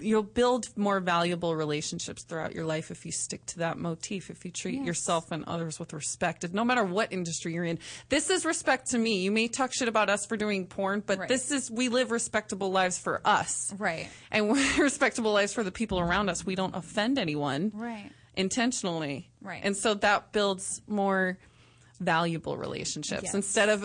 you'll build more valuable relationships throughout your life if you stick to that motif, if you treat
Yes.
yourself and others with respect, no matter what industry you're in. This is respect to me. You may talk shit about us for doing porn, but
Right.
this is, we live respectable lives for us.
Right.
And we're respectable lives for the people around us. We don't offend anyone
Right.
intentionally.
Right.
And so that builds more valuable relationships
Yes.
instead of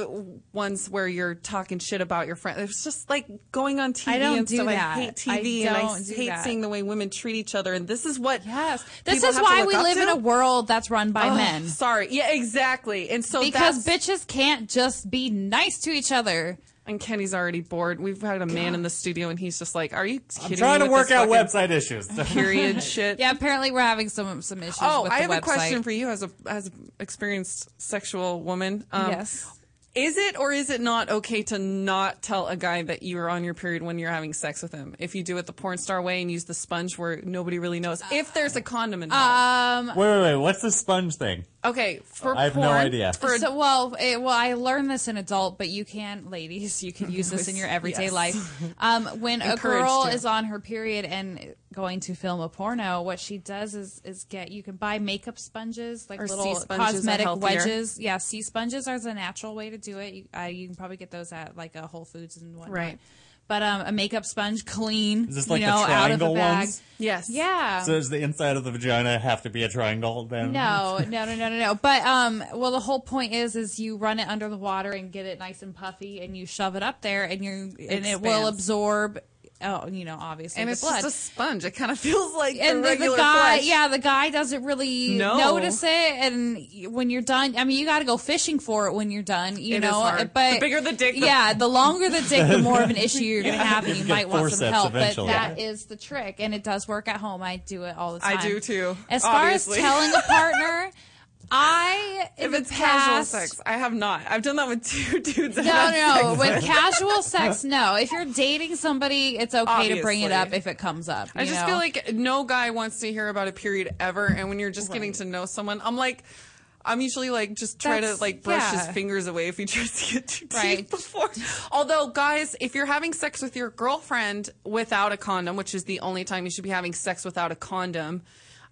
ones where you're talking shit about your friend. It's just like going on TV
I don't
and
do
stuff.
that.
I hate TV
I
and I
don't do
hate
that.
seeing the way women treat each other. And this is what yes,
This is why we live in a world that's run by men.
Sorry, yeah, exactly. And so
because
that's,
bitches can't just be nice to each other.
and Kenny's already bored. We've had a man in the studio and he's just like, "Are you kidding me?"
trying to
with
work
this
out
fucking
website issues.
period shit.
Yeah, apparently we're having some some issues.
Oh,
with
I
the
have
website.
a question for you as a as an experienced sexual woman. Um,
Yes.
Is it or is it not okay to not tell a guy that you are on your period when you're having sex with him? If you do it the porn star way and use the sponge where nobody really knows,
Uh,
if there's a condom involved.
Um,
wait, wait, wait. What's the sponge thing?
okay, for
I have no
porn,
idea.
For
uh, so well, it, well, I learned this in adult, but you can, ladies, you can use this in your everyday
Yes.
life. Um, when a
Encouraged
girl
to.
is on her period and going to film a porno, what she does is is get you can buy makeup sponges, like
Or
little
C-sponges are
cosmetic
healthier.
wedges. Yeah, sea sponges are the natural way to do it. You, uh, you can probably get those at like a Whole Foods and whatnot.
Right.
But um, a makeup sponge, clean,
Is this like
you
the
know, out of a
triangle
bag.
ones?
Yes.
Yeah.
Um,
So does the inside of the vagina have to be a triangle then?
No, no, no, no, no, no. But um, well, the whole point is, is you run it under the water and get it nice and puffy, and you shove it up there, and you and it will
Expands.
absorb. Oh, you know, obviously,
and
the
it's
blood.
just a sponge. It kind of feels like
and
the,
the,
regular
guy,
flesh.
yeah, the guy doesn't really
No.
notice it. And y- when you're done, I mean, you got to go fishing for it when you're done, you
It is
know.
hard.
But
The bigger the dick, the-
yeah, the longer the dick, the more of an issue you're gonna
Yeah.
have, and
You have
you
to
might
get
want some
forceps
help.
eventually.
But that is the trick, and it does work at home. I do it all the
I
time.
do too,
As far
obviously.
as telling a partner. I in
If
the
it's casual
past,
sex, I have not. I've done that with two dudes. I've
no,
had
no, no.
sex
With casual sex, no. If you're dating somebody, it's okay to bring it up
Obviously.
if it comes up.
I
you
just
know?
feel like no guy wants to hear about a period ever. And when you're just getting to know someone, I'm like, I'm usually like just try to
That's-
like brush his
yeah.
fingers away if he tries to get too deep
Right.
before. Although, guys, if you're having sex with your girlfriend without a condom, which is the only time you should be having sex without a condom,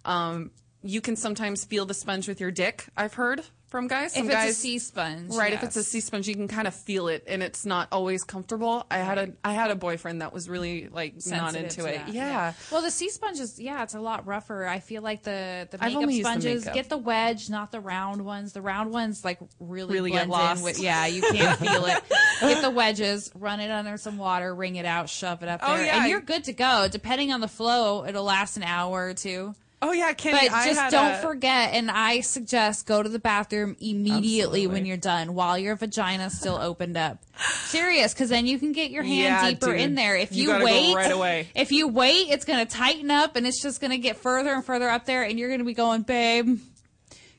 um, you can sometimes feel the sponge with your dick. I've heard from guys. Some
if it's a
guys-
sea sponge,
Right, if it's a
yes.
sea sponge, you can kind of feel it, and it's not always comfortable. I had a I had a boyfriend that was really like not
sensitive
into
to
it.
that,
Yeah.
Well, the sea sponge is yeah, it's a lot rougher. I feel like the the
I've
makeup
only used the
sponges
makeup.
get the wedge, not the round ones. The round ones like really
Really get
blend
lost.
In with, yeah, you can't feel it. Get the wedges, run it under some water, wring it out, shove it up
Oh,
there,
yeah.
and you're good to go. Depending on the flow, it'll last an hour or two.
Oh yeah, Kenny,
but
I
just
had
don't
a-
forget, and I suggest go to the bathroom immediately when you're done, while your vagina's still opened up. Serious, because then you can get your hand
Yeah,
deeper in
dude.
there. If
You
you,
gotta go
wait,
right away.
if you wait, it's gonna tighten up, and it's just gonna get further and further up there, and you're gonna be going, babe.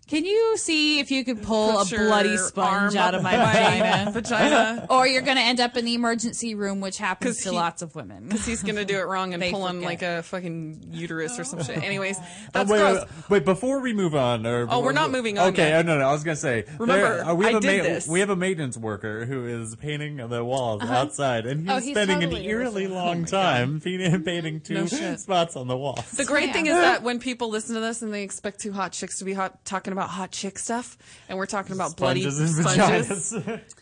Can you see if you could pull
Put
a
your
bloody sponge
arm
out
up
of my
my
vagina?
vagina.
or you're going to end up in the emergency room, which happens
'Cause
to
he-
lots of women.
Because he's gonna do it wrong and
They
pull on
forget.
like a fucking uterus or some shit. Anyways,
Oh,
that's
wait,
gross.
wait, wait, before we move on, or
Oh, we're not moving on
Okay,
yet.
oh, no, no, I was gonna say.
Remember,
uh, we have
I
a
did this.
We have a maintenance worker who is painting the walls
Uh-huh.
outside, and he's,
Oh, he's
spending
totally Oh
an eerily long time painting, painting two
No shit.
spots on the wall.
The great thing is that when people listen to this and they expect two hot chicks to be hot talking about hot chick stuff, and we're talking about
Sponges and
bloody sponges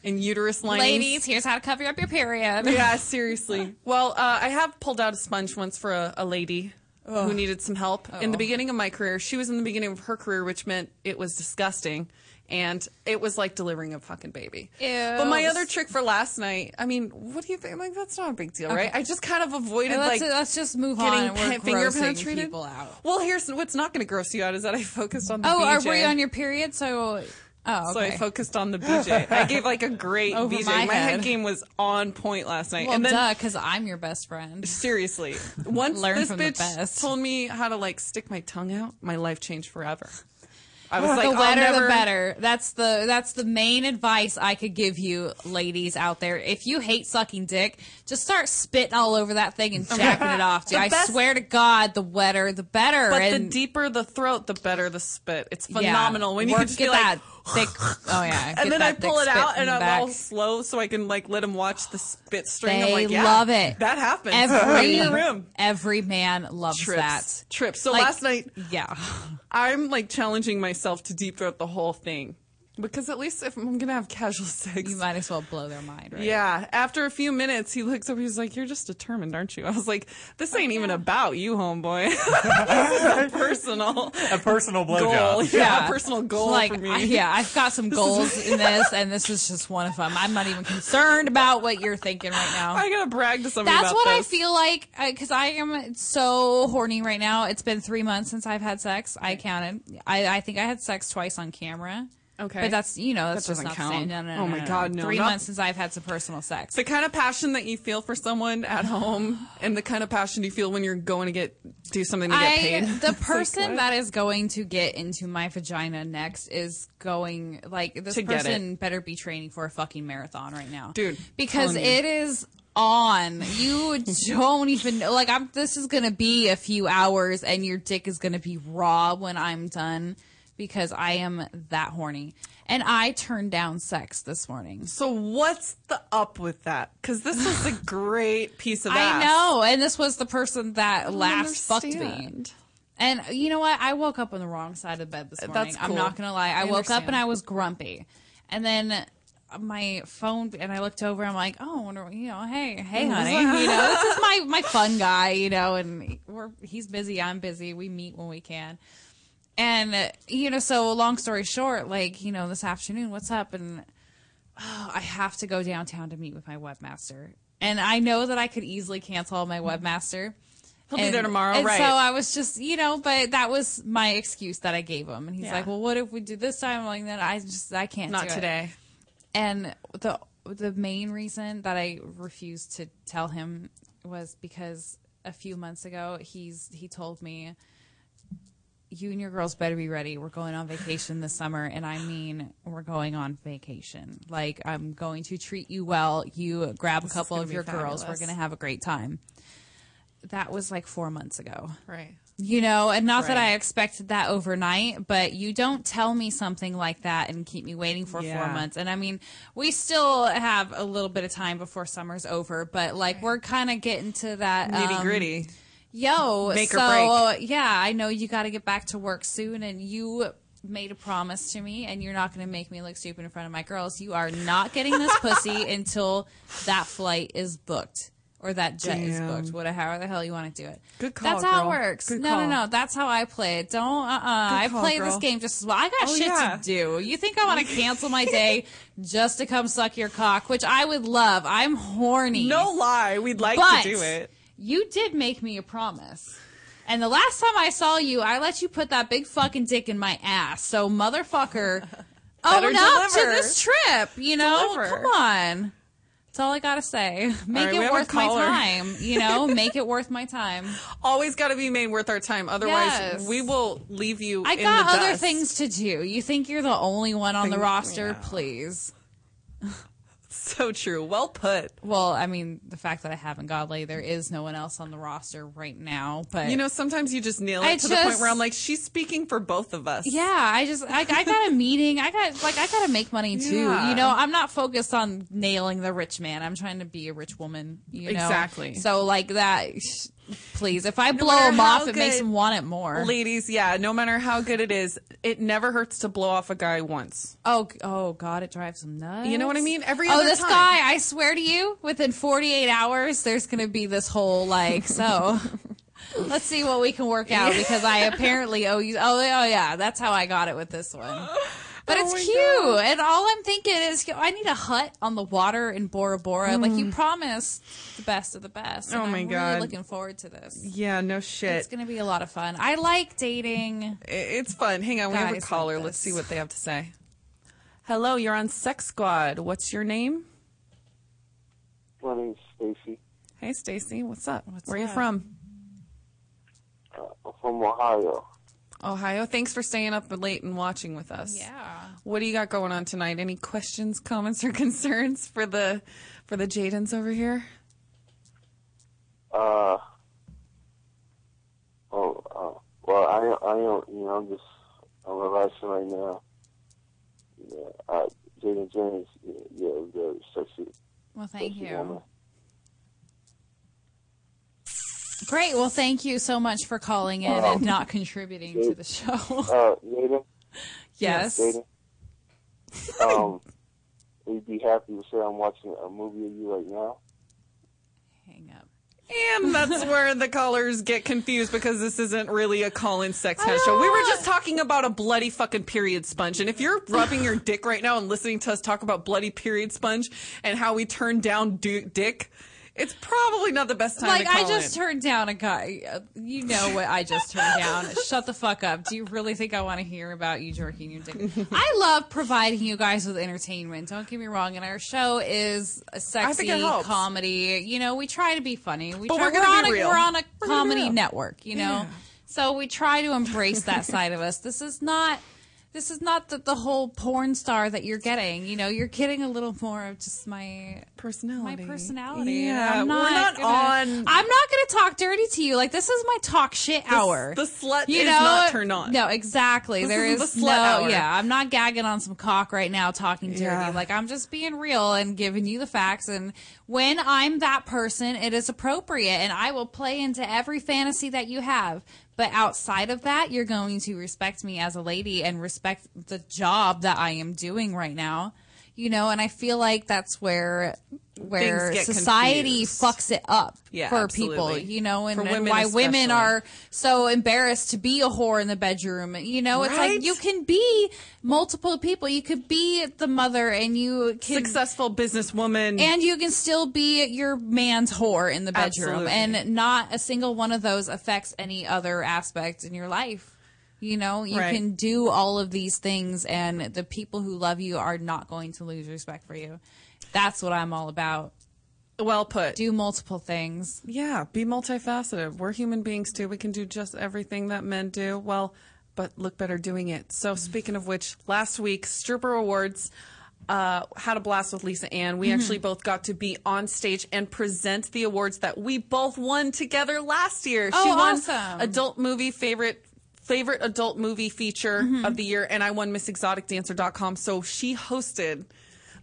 and uterus linings.
Ladies, here's how to cover up your period.
Yeah, seriously. Well, uh, I have pulled out a sponge once for a, a lady who
Ugh.
needed some help in
Oh.
the beginning of my career. She was in the beginning of her career, which meant it was disgusting. And it was like delivering a fucking baby.
Ew.
But my other trick for last night, I mean, what do you think? Like, that's not a big deal,
Okay.
right? I just kind of avoided
let's,
like
let's just move
getting
on. and We're
pe- finger
grossing
penetrated.
people out.
Well, here's what's not going to gross you out is that I focused on the
Oh, are
BJ.
we on your period? So, oh,
So I
okay.
focused on the BJ. I gave like a great
Over
BJ.
my
My head
head.
game was on point last night.
well,
and then
duh, because I'm your best friend.
Seriously, once
Learn
this
from the
bitch
best.
told me how to like stick my tongue out, my life changed forever. I was like,
the wetter
I'll never...
the better. That's the that's the main advice I could give you, ladies out there. If you hate sucking dick, just start spitting all over that thing and jacking it off. Dude.
The
I
best-
swear to God, the wetter the better.
But the
and
deeper the throat, the better the spit. It's
Yeah.
phenomenal when you
Work-
can just be
get
like,
that thick. Oh yeah, get
and then
that
I
thick
pull it
spit
out
from
and
the
I'm
back.
all slow so I can like let him watch the spit string.
They
I'm like, yeah,
love it.
That happens
Every
in the room.
every man loves that.
Trips. So
Like,
last night,
yeah,
I'm like challenging myself to deep throat the whole thing because at least if I'm gonna have casual sex,
you might as well blow their mind, right?
Yeah. After a few minutes, he looks up. He's like, "You're just determined, aren't you?" I was like,
Oh,
"This ain't even about you, homeboy. This is a personal,
a personal
Oh,
goal.
blowjob.
Yeah, a personal goal
like,
for me.
I- yeah, I've got some goals in this, and this is just one of them. I'm not even concerned about what you're thinking right now.
I gotta brag to somebody.
That's
about
what I
this.
feel like because I am so horny right now. It's been three months since I've had sex. I counted. I, I think I had sex twice on camera.
Okay.
but that's you know that's
That doesn't
just not the same.
count.
No, no, no,
Oh my God, no,
Three
not-
months since I've had some personal sex.
The kind of passion that you feel for someone at home, and the kind of passion you feel when you're going to get do something to get
I
paid.
the
It's like,
person
what?
that is going to get into my vagina next is going like this
To get
person better be training for a fucking marathon right now,
Dude,
because
telling you.
it is on. You don't even know. Like I'm. This is gonna be a few hours, and your dick is gonna be raw when I'm done because I am that horny. And I turned down sex this morning.
So what's the up with that? Because this was a great piece of.
I
ass.
know, and this was the person that
don't
last fucked me.
understand.
And you know what? I woke up on the wrong side of bed this morning.
That's
I'm
cool.
not gonna lie. I,
I
woke up
understand.
and I was grumpy, and then my phone and I looked over. I'm like, oh, I wonder, you know, hey, hey,
Mm-hmm.
honey, you know, this is my my fun guy, you know, and we're he's busy, I'm busy. We meet when we can. And uh, you know, so long story short, like you know, this afternoon, what's up? And oh, I have to go downtown to meet with my webmaster, and I know that I could easily cancel my webmaster.
Mm-hmm. He'll be
And-
there tomorrow,
and
right.
So I was just, you know, but that was my excuse that I gave him, and he's
Yeah.
like, "Well, what if we do this time?" I'm like, "Then I just, I can't,
Not
do it."
today.
And the the main reason that I refused to tell him was because a few months ago he's he told me you and your girls better be ready. We're going on vacation this summer. And I mean, we're going on vacation. Like, I'm going to treat you well. You grab
This
a
is
couple
gonna
of
be
your girls. We're
fabulous.
going to have a great time. That was like four months ago.
Right.
You know, and not that
Right.
I expected that overnight, but you don't tell me something like that and keep me waiting for four
Yeah.
months. And I mean, we still have a little bit of time before summer's over, but like we're kind of getting to that um,
Nitty gritty.
Yo,
Make or
so yeah, I know you got to get back to work soon, and you made a promise to me, and you're not going to make me look stupid in front of my girls. You are not getting this pussy until that flight is booked or that jet is
Damn.
booked. Whatever, however the hell you want to do it.
Good call,
That's how
girl.
it works.
Good
no,
call.
no, no. That's how I play it. Don't. Uh. uh I
call,
play
girl.
this game just as well. I got
Oh,
shit
yeah.
to do. You think I want to cancel my day just to come suck your cock, which I would love. I'm horny. No
lie. We'd like to
but
do it.
You did make me a promise. And the last time I saw you, I let you put that big fucking dick in my ass. So motherfucker, own
Better
up to
deliver.
this trip. You know,
Deliver.
come on. That's all I gotta say. Make
right, we have
it
a
worth my
caller.
time. You know, make it worth my time.
Always got to be made worth our time. Otherwise,
Yes.
we will leave you.
I
in
got
the
other
dust.
things to do. You think you're the only one on the
Think-
roster?
yeah.
Please.
So true. Well put.
Well, I mean, the fact that I haven't godly, there is no one else on the roster right now. But
you know, sometimes you just nail it
I
to the point
just-
where I'm like, she's speaking for both of us.
Yeah, I just I, I got a meeting. I got like I got to make money too.
Yeah.
You know, I'm not focused on nailing the rich man. I'm trying to be a rich woman. You know,
Exactly.
So like that, sh- please. If I
No
blow
matter
him off,
how
it makes
good-
him want it more.
Ladies, yeah, no matter how good it is, it never hurts to blow off a guy once.
Oh, g- oh God! It drives him nuts.
You know what I mean? Every
oh,
other
this
time.
guy! I swear to you, within 48 hours, there's going to be this whole like. So, let's see what we can work out because I apparently owe you. Oh, oh yeah, that's how I got it with this one.
Oh
But it's cute, and all I'm thinking is I need a hut on the water in Bora Bora, like you promised. The best of the best. and
Mm. Oh, my
I'm Really
God.
looking forward to this.
Yeah, no shit.
It's going to be a lot of fun. I like dating.
I- It's fun. Hang on, we have a
Guys like
caller. Let's see what they have to say. Hello, you're on Sex Squad. What's your name?
My name's Stacy.
Hey, Stacy. What's up? Where are you
up?
from?
Uh, I'm from Ohio.
Ohio. Thanks for staying up late and watching with us.
Yeah.
What do you got going on tonight? Any questions, comments, or concerns for the for the Jadens over here?
Uh, oh, uh, well, I, I don't, you know, I'm just, I'm relaxing right now. Yeah, uh, Jaden James, yeah, yeah, very sexy.
Well, thank you.
woman.
Great. Well, thank you so much for calling in
Oh.
and not contributing to the show.
Uh, Jaden?
Yes.
Jaden? Um, we'd be happy to say I'm watching a movie of you right now.
And that's where the callers get confused because this isn't really a call in sex head show. We were just talking about a bloody fucking period sponge. And if you're rubbing your dick right now and listening to us talk about bloody period sponge and how we turn down du- dick, it's probably not the best time
Like
to call
I just
in.
turned down a guy. You know what I just turned down? Shut the fuck up. Do you really think I want to hear about you jerking your dick? I love providing you guys with entertainment. Don't get me wrong. And our show is a
I
sexy
think it helps.
comedy. You know, we try to be funny. We
But
try,
we're gonna
on
be
a,
real.
We're on a
We're gonna be
comedy
real.
network. You know,
Yeah.
so we try to embrace that side of us. This is not. This is not the, the whole porn star that you're getting. You know, you're getting a little more of just my
personality.
My personality.
Yeah,
I'm
we're
not
not
gonna-
on-
I'm not going to talk dirty to you. Like this is my talk shit hour.
the slut is not turned on.
No, exactly.
This
there
isn't
is
the slut
no.
hour.
Yeah, I'm not gagging on some cock right now, talking dirty.
Yeah.
Like I'm just being real and giving you the facts. And when I'm that person, it is appropriate, and I will play into every fantasy that you have. But outside of that, you're going to respect me as a lady and respect the job that I am doing right now. You know, and I feel like that's where where
Things get
society fucks it up
Yeah,
for people,
absolutely.
you know, and,
For
and
women
why women
especially.
are so embarrassed to be a whore in the bedroom. You know, it's
Right?
like you can be multiple people. You could be the mother and you can
Successful businesswoman.
and you can still be your man's whore in the bedroom
Absolutely.
and not a single one of those affects any other aspect in your life. You know, you
Right.
can do all of these things and the people who love you are not going to lose respect for you. That's what I'm all about.
Well put.
Do multiple things.
Yeah, be multifaceted. We're human beings too. We can do just everything that men do.
Mm-hmm.
Well, but look better doing it. So, speaking of which, last week, Stripper Awards, uh, had a blast with Lisa Ann. We
Mhm.
actually both got to be on stage and present the awards that we both won together last year.
Oh,
she won
awesome.
adult movie favorite favorite adult movie feature
Mm-hmm.
of the year, and I won MissExoticDancer.com. So she hosted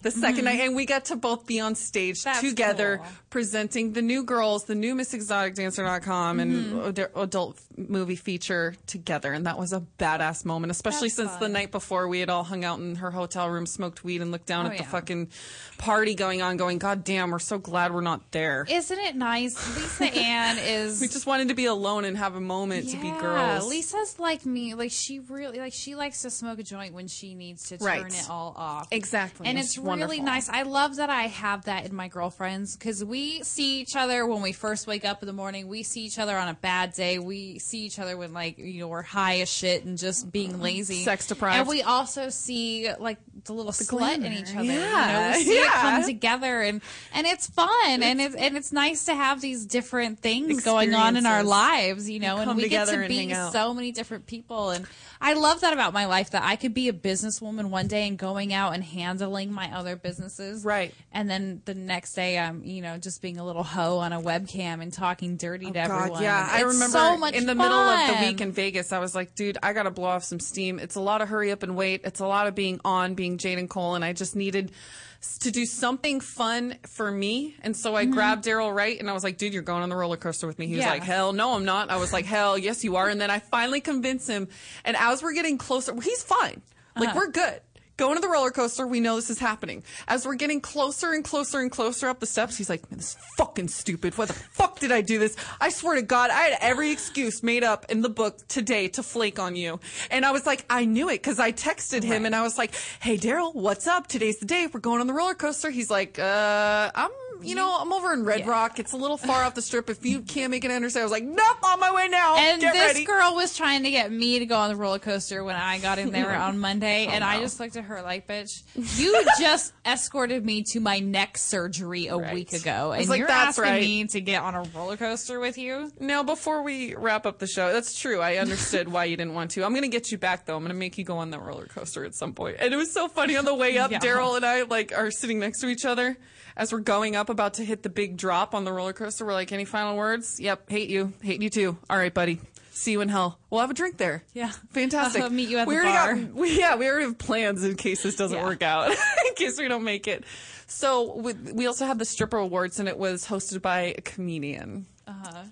the 2nd
Mhm.
night, and we got to both be on stage together presenting the new girls, the new MissExoticDancer.com,
Mhm.
and ad- adult movie feature together, and that was a badass moment, especially
That's
since the
fun.
night before we had all hung out in her hotel room, smoked weed, and looked down
Oh,
at the
yeah.
fucking party going on, going, God damn, we're so glad we're not there.
Isn't it nice? Lisa Ann is.
we just wanted to be alone and have a moment to be girls.
Lisa's like me. Like she really like she likes to smoke a joint when she needs to turn
Right.
it all off.
Exactly.
And
It's
it's, really
wonderful.
nice. I love that I have that in my girlfriends because we see each other when we first wake up in the morning. We see each other on a bad day. We see each other when like you know we're high as shit and just being lazy,
Mm-hmm. Sex deprived.
And we also see like the little slut in each other.
Yeah.
You know, we see it
Yeah.
come together and and it's fun and it's and it's nice to have these different things going on in our
Experiences.
lives. You know,
Come
and we get
together
to
and hang
be
out.
so many different people and i love that about my life that i could be a businesswoman one day and going out and handling my other businesses right and then the next day i'm you know just being a little hoe on a webcam and talking dirty to everyone
Oh, yeah,
It's
I remember
so much
in the middle of the
fun.
week in Vegas, I was like, dude, I got to blow off some steam. It's a lot of hurry up and wait. It's a lot of being on, being Jade and Cole, and I just needed s- to do something fun for me. And so I
Mhm.
grabbed Daryl Wright, and I was like, dude, you're going on the roller coaster with me. He was
Yeah.
like, hell, no, I'm not. I was like, hell, yes, you are. And then I finally convinced him. And as we're getting closer, he's fine. Like
Uh-huh.
we're good. Going to the roller coaster, we know this is happening. As we're getting closer and closer and closer up the steps, he's like, Man, this is fucking stupid. Why the fuck did I do this? I swear to God, I had every excuse made up in the book today to flake on you. And I was like, I knew it because I texted him and I was like, hey, Daryl, what's up? Today's the day. We're going on the roller coaster. He's like, uh, I'm,
Mm-hmm.
you know, I'm over in Red Rock. It's a little far off the strip. If you can't make it understand, I was like, nope, on my way now.
and
Oh, Get
this
ready.
girl was trying to get me to go on the roller coaster when I got in there on Monday,
Oh,
and I just looked at her like, "Bitch, you just escorted me to my neck surgery a week ago,
I
and
was like,
you're
"That's
asking
right."
me to get on a roller coaster with you."
Now, before we wrap up the show, that's true. I understood why you didn't want to. I'm going to get you back, though. I'm going to make you go on that roller coaster at some point. And it was so funny on the way up.
Yeah.
Daryl and I like are sitting next to each other as we're going up, about to hit the big drop on the roller coaster. We're like, any final words? Yep, hate you, hate you too. All right, buddy. See you in hell. We'll have a drink there.
Yeah,
Fantastic.
I'll Uh-huh, meet you at
we
the bar.
already Got, we, yeah, we already have plans in case this doesn't work out, in case we don't make it. So we, we also had the stripper awards, and it was hosted by a comedian.
Uh-huh.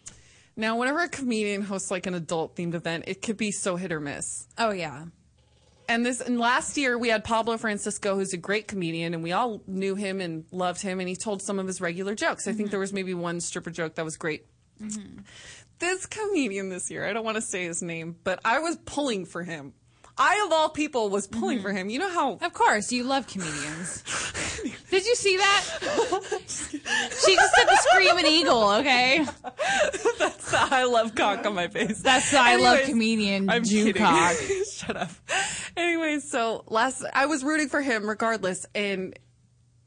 Now, whenever a comedian hosts like an adult themed event, it could be so hit or miss.
Oh yeah.
And this and last year we had Pablo Francisco, who's a great comedian, and we all knew him and loved him, and he told some of his regular jokes. I think there was maybe one stripper joke that was great. This comedian this year, I don't want to say his name, but I was pulling for him. I of all people was pulling for him. You know how
Of course, you love comedians. Did you see that? she just did the screaming eagle. Okay,
that's the I love cock on my face.
that's the I love
Anyways,
comedian
I'm
Jew
kidding.
cock.
Shut up. Anyway, so last I was rooting for him regardless, and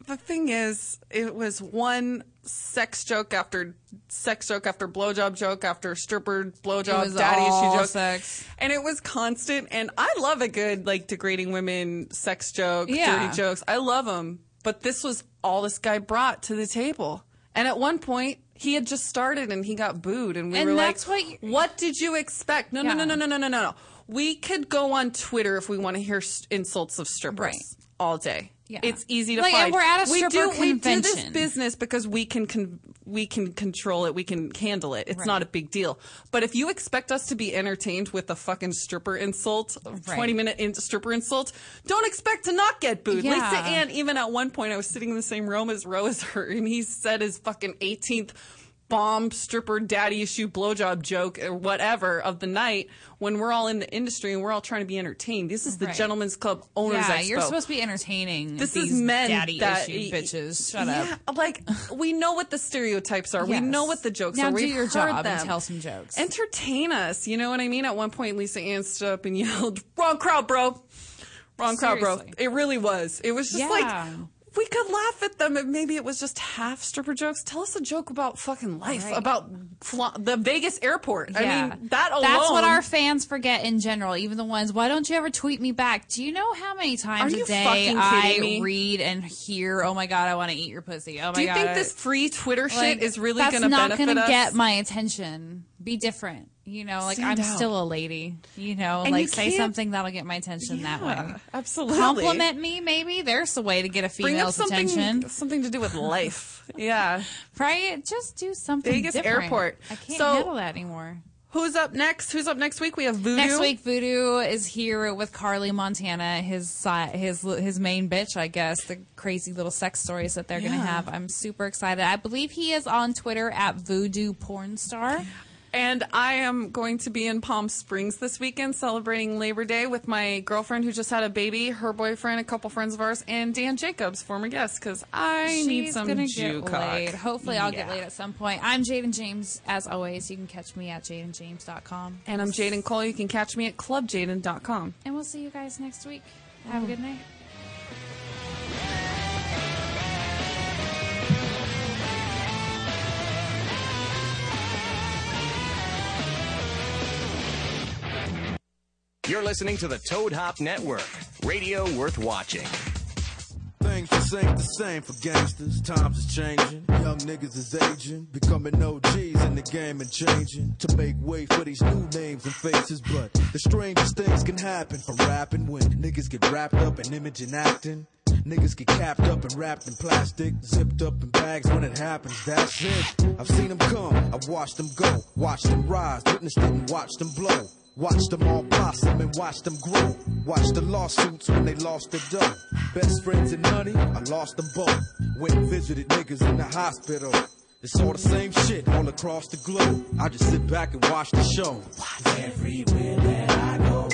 the thing is, it was one sex joke after sex joke after blowjob joke after stripper
It
blowjob
was
daddy
all
issue joke,
sex.
and it was constant. And I love a good like degrading women sex joke,
Yeah.
dirty jokes. I love them, but this was all this guy brought to the table. And at one point, he had just started and he got booed, and we
And
were
that's
like, what, did you expect?" No, no, no,
Yeah.
no, no, no, no, no, no. We could go on Twitter if we want to hear s- insults of strippers
Right.
all day.
Yeah.
It's easy to
Like, and
find.
we're at a
we do,
stripper
We do this
convention.
business because we can con- we can control it. We can handle it. It's
Right.
not a big deal. But if you expect us to be entertained with a fucking stripper insult,
Right.
twenty minute in- stripper insult, don't expect to not get booed.
Yeah.
Lisa Ann. Even at one point, I was sitting in the same room as row as her, and he said his fucking eighteenth bomb stripper daddy issue blowjob joke or whatever of the night when we're all in the industry and we're all trying to be entertained. This is the
Right.
gentleman's club owners
yeah,
expo.
you're supposed to be entertaining.
This
these
is men
daddy
that-
issue bitches. Shut
yeah,
up.
like we know what the stereotypes are. We
Yes.
know what the jokes
Now
are.
do
We've
your
heard
job and
them.
tell some jokes.
Entertain us. You know what I mean? At one point, Lisa Ann stood up and yelled, "Wrong crowd, bro! Wrong crowd, bro!"
Seriously.
It really was. It was just
Yeah.
like we could laugh at them, and maybe it was just half stripper jokes. Tell us a joke about fucking life,
Right.
about fla- the Vegas airport. I
Yeah.
mean, that alone.
That's what our fans forget in general, even the ones, why don't you ever tweet me back? Do you know how many times
Are
a
you
day
fucking
I
kidding me?
read and hear, oh my God, I want to eat your pussy? Oh my
Do you
God.
think this free Twitter
Like,
shit is really
that's
going to
not
benefit
gonna
us?
get my attention. Be different. You know, like
Stand
I'm
out.
still a lady. You know,
And you
like say
can't-
something that'll get my attention that way.
Absolutely.
Compliment me, maybe. There's a way to get a
Bring up
female's
something,
attention.
something to do with life. yeah.
Right? Just do something
Vegas
different.
airport.
I can't
So-
handle that anymore.
Who's up next? Who's up next week? We have Voodoo.
Next week, Voodoo is here with Carly Montana, his si- his his main bitch, I guess. The crazy little sex stories that they're
Yeah.
gonna have. I'm super excited. I believe he is on Twitter at Voodoo Porn Star.
And I am going to be in Palm Springs this weekend celebrating Labor Day with my girlfriend who just had a baby, her boyfriend, a couple friends of ours, and Dan Jacobs, former guest, because I need
She's
some
gonna
Jew
get
cock.
laid. Hopefully, I'll get
Yeah.
laid at some point. I'm Jaden James, as always. You can catch me at jadenjames.com.
And I'm Jaden Cole. You can catch me at clubjaden.com.
And we'll see you guys next week. Have a
Mm.
good night.
You're listening to the Toad Hop Network, radio worth watching.
Things just ain't the same for gangsters. Times is changing. Young niggas is aging. Becoming OGs in the game and changing. To make way for these new names and faces. But the strangest things can happen for rapping when niggas get wrapped up in image and acting. Niggas get capped up and wrapped in plastic. Zipped up in bags when it happens. That's it. I've seen them come. I've watched them go. Watched them rise. Witnessed it and watched them blow. Watched them all blossom and watched them grow. Watched the lawsuits when they lost their dough. Best friends and money, I lost them both. Went and visited niggas in the hospital. It's all the same shit all across the globe. I just sit back and watch the show. Everywhere that I go.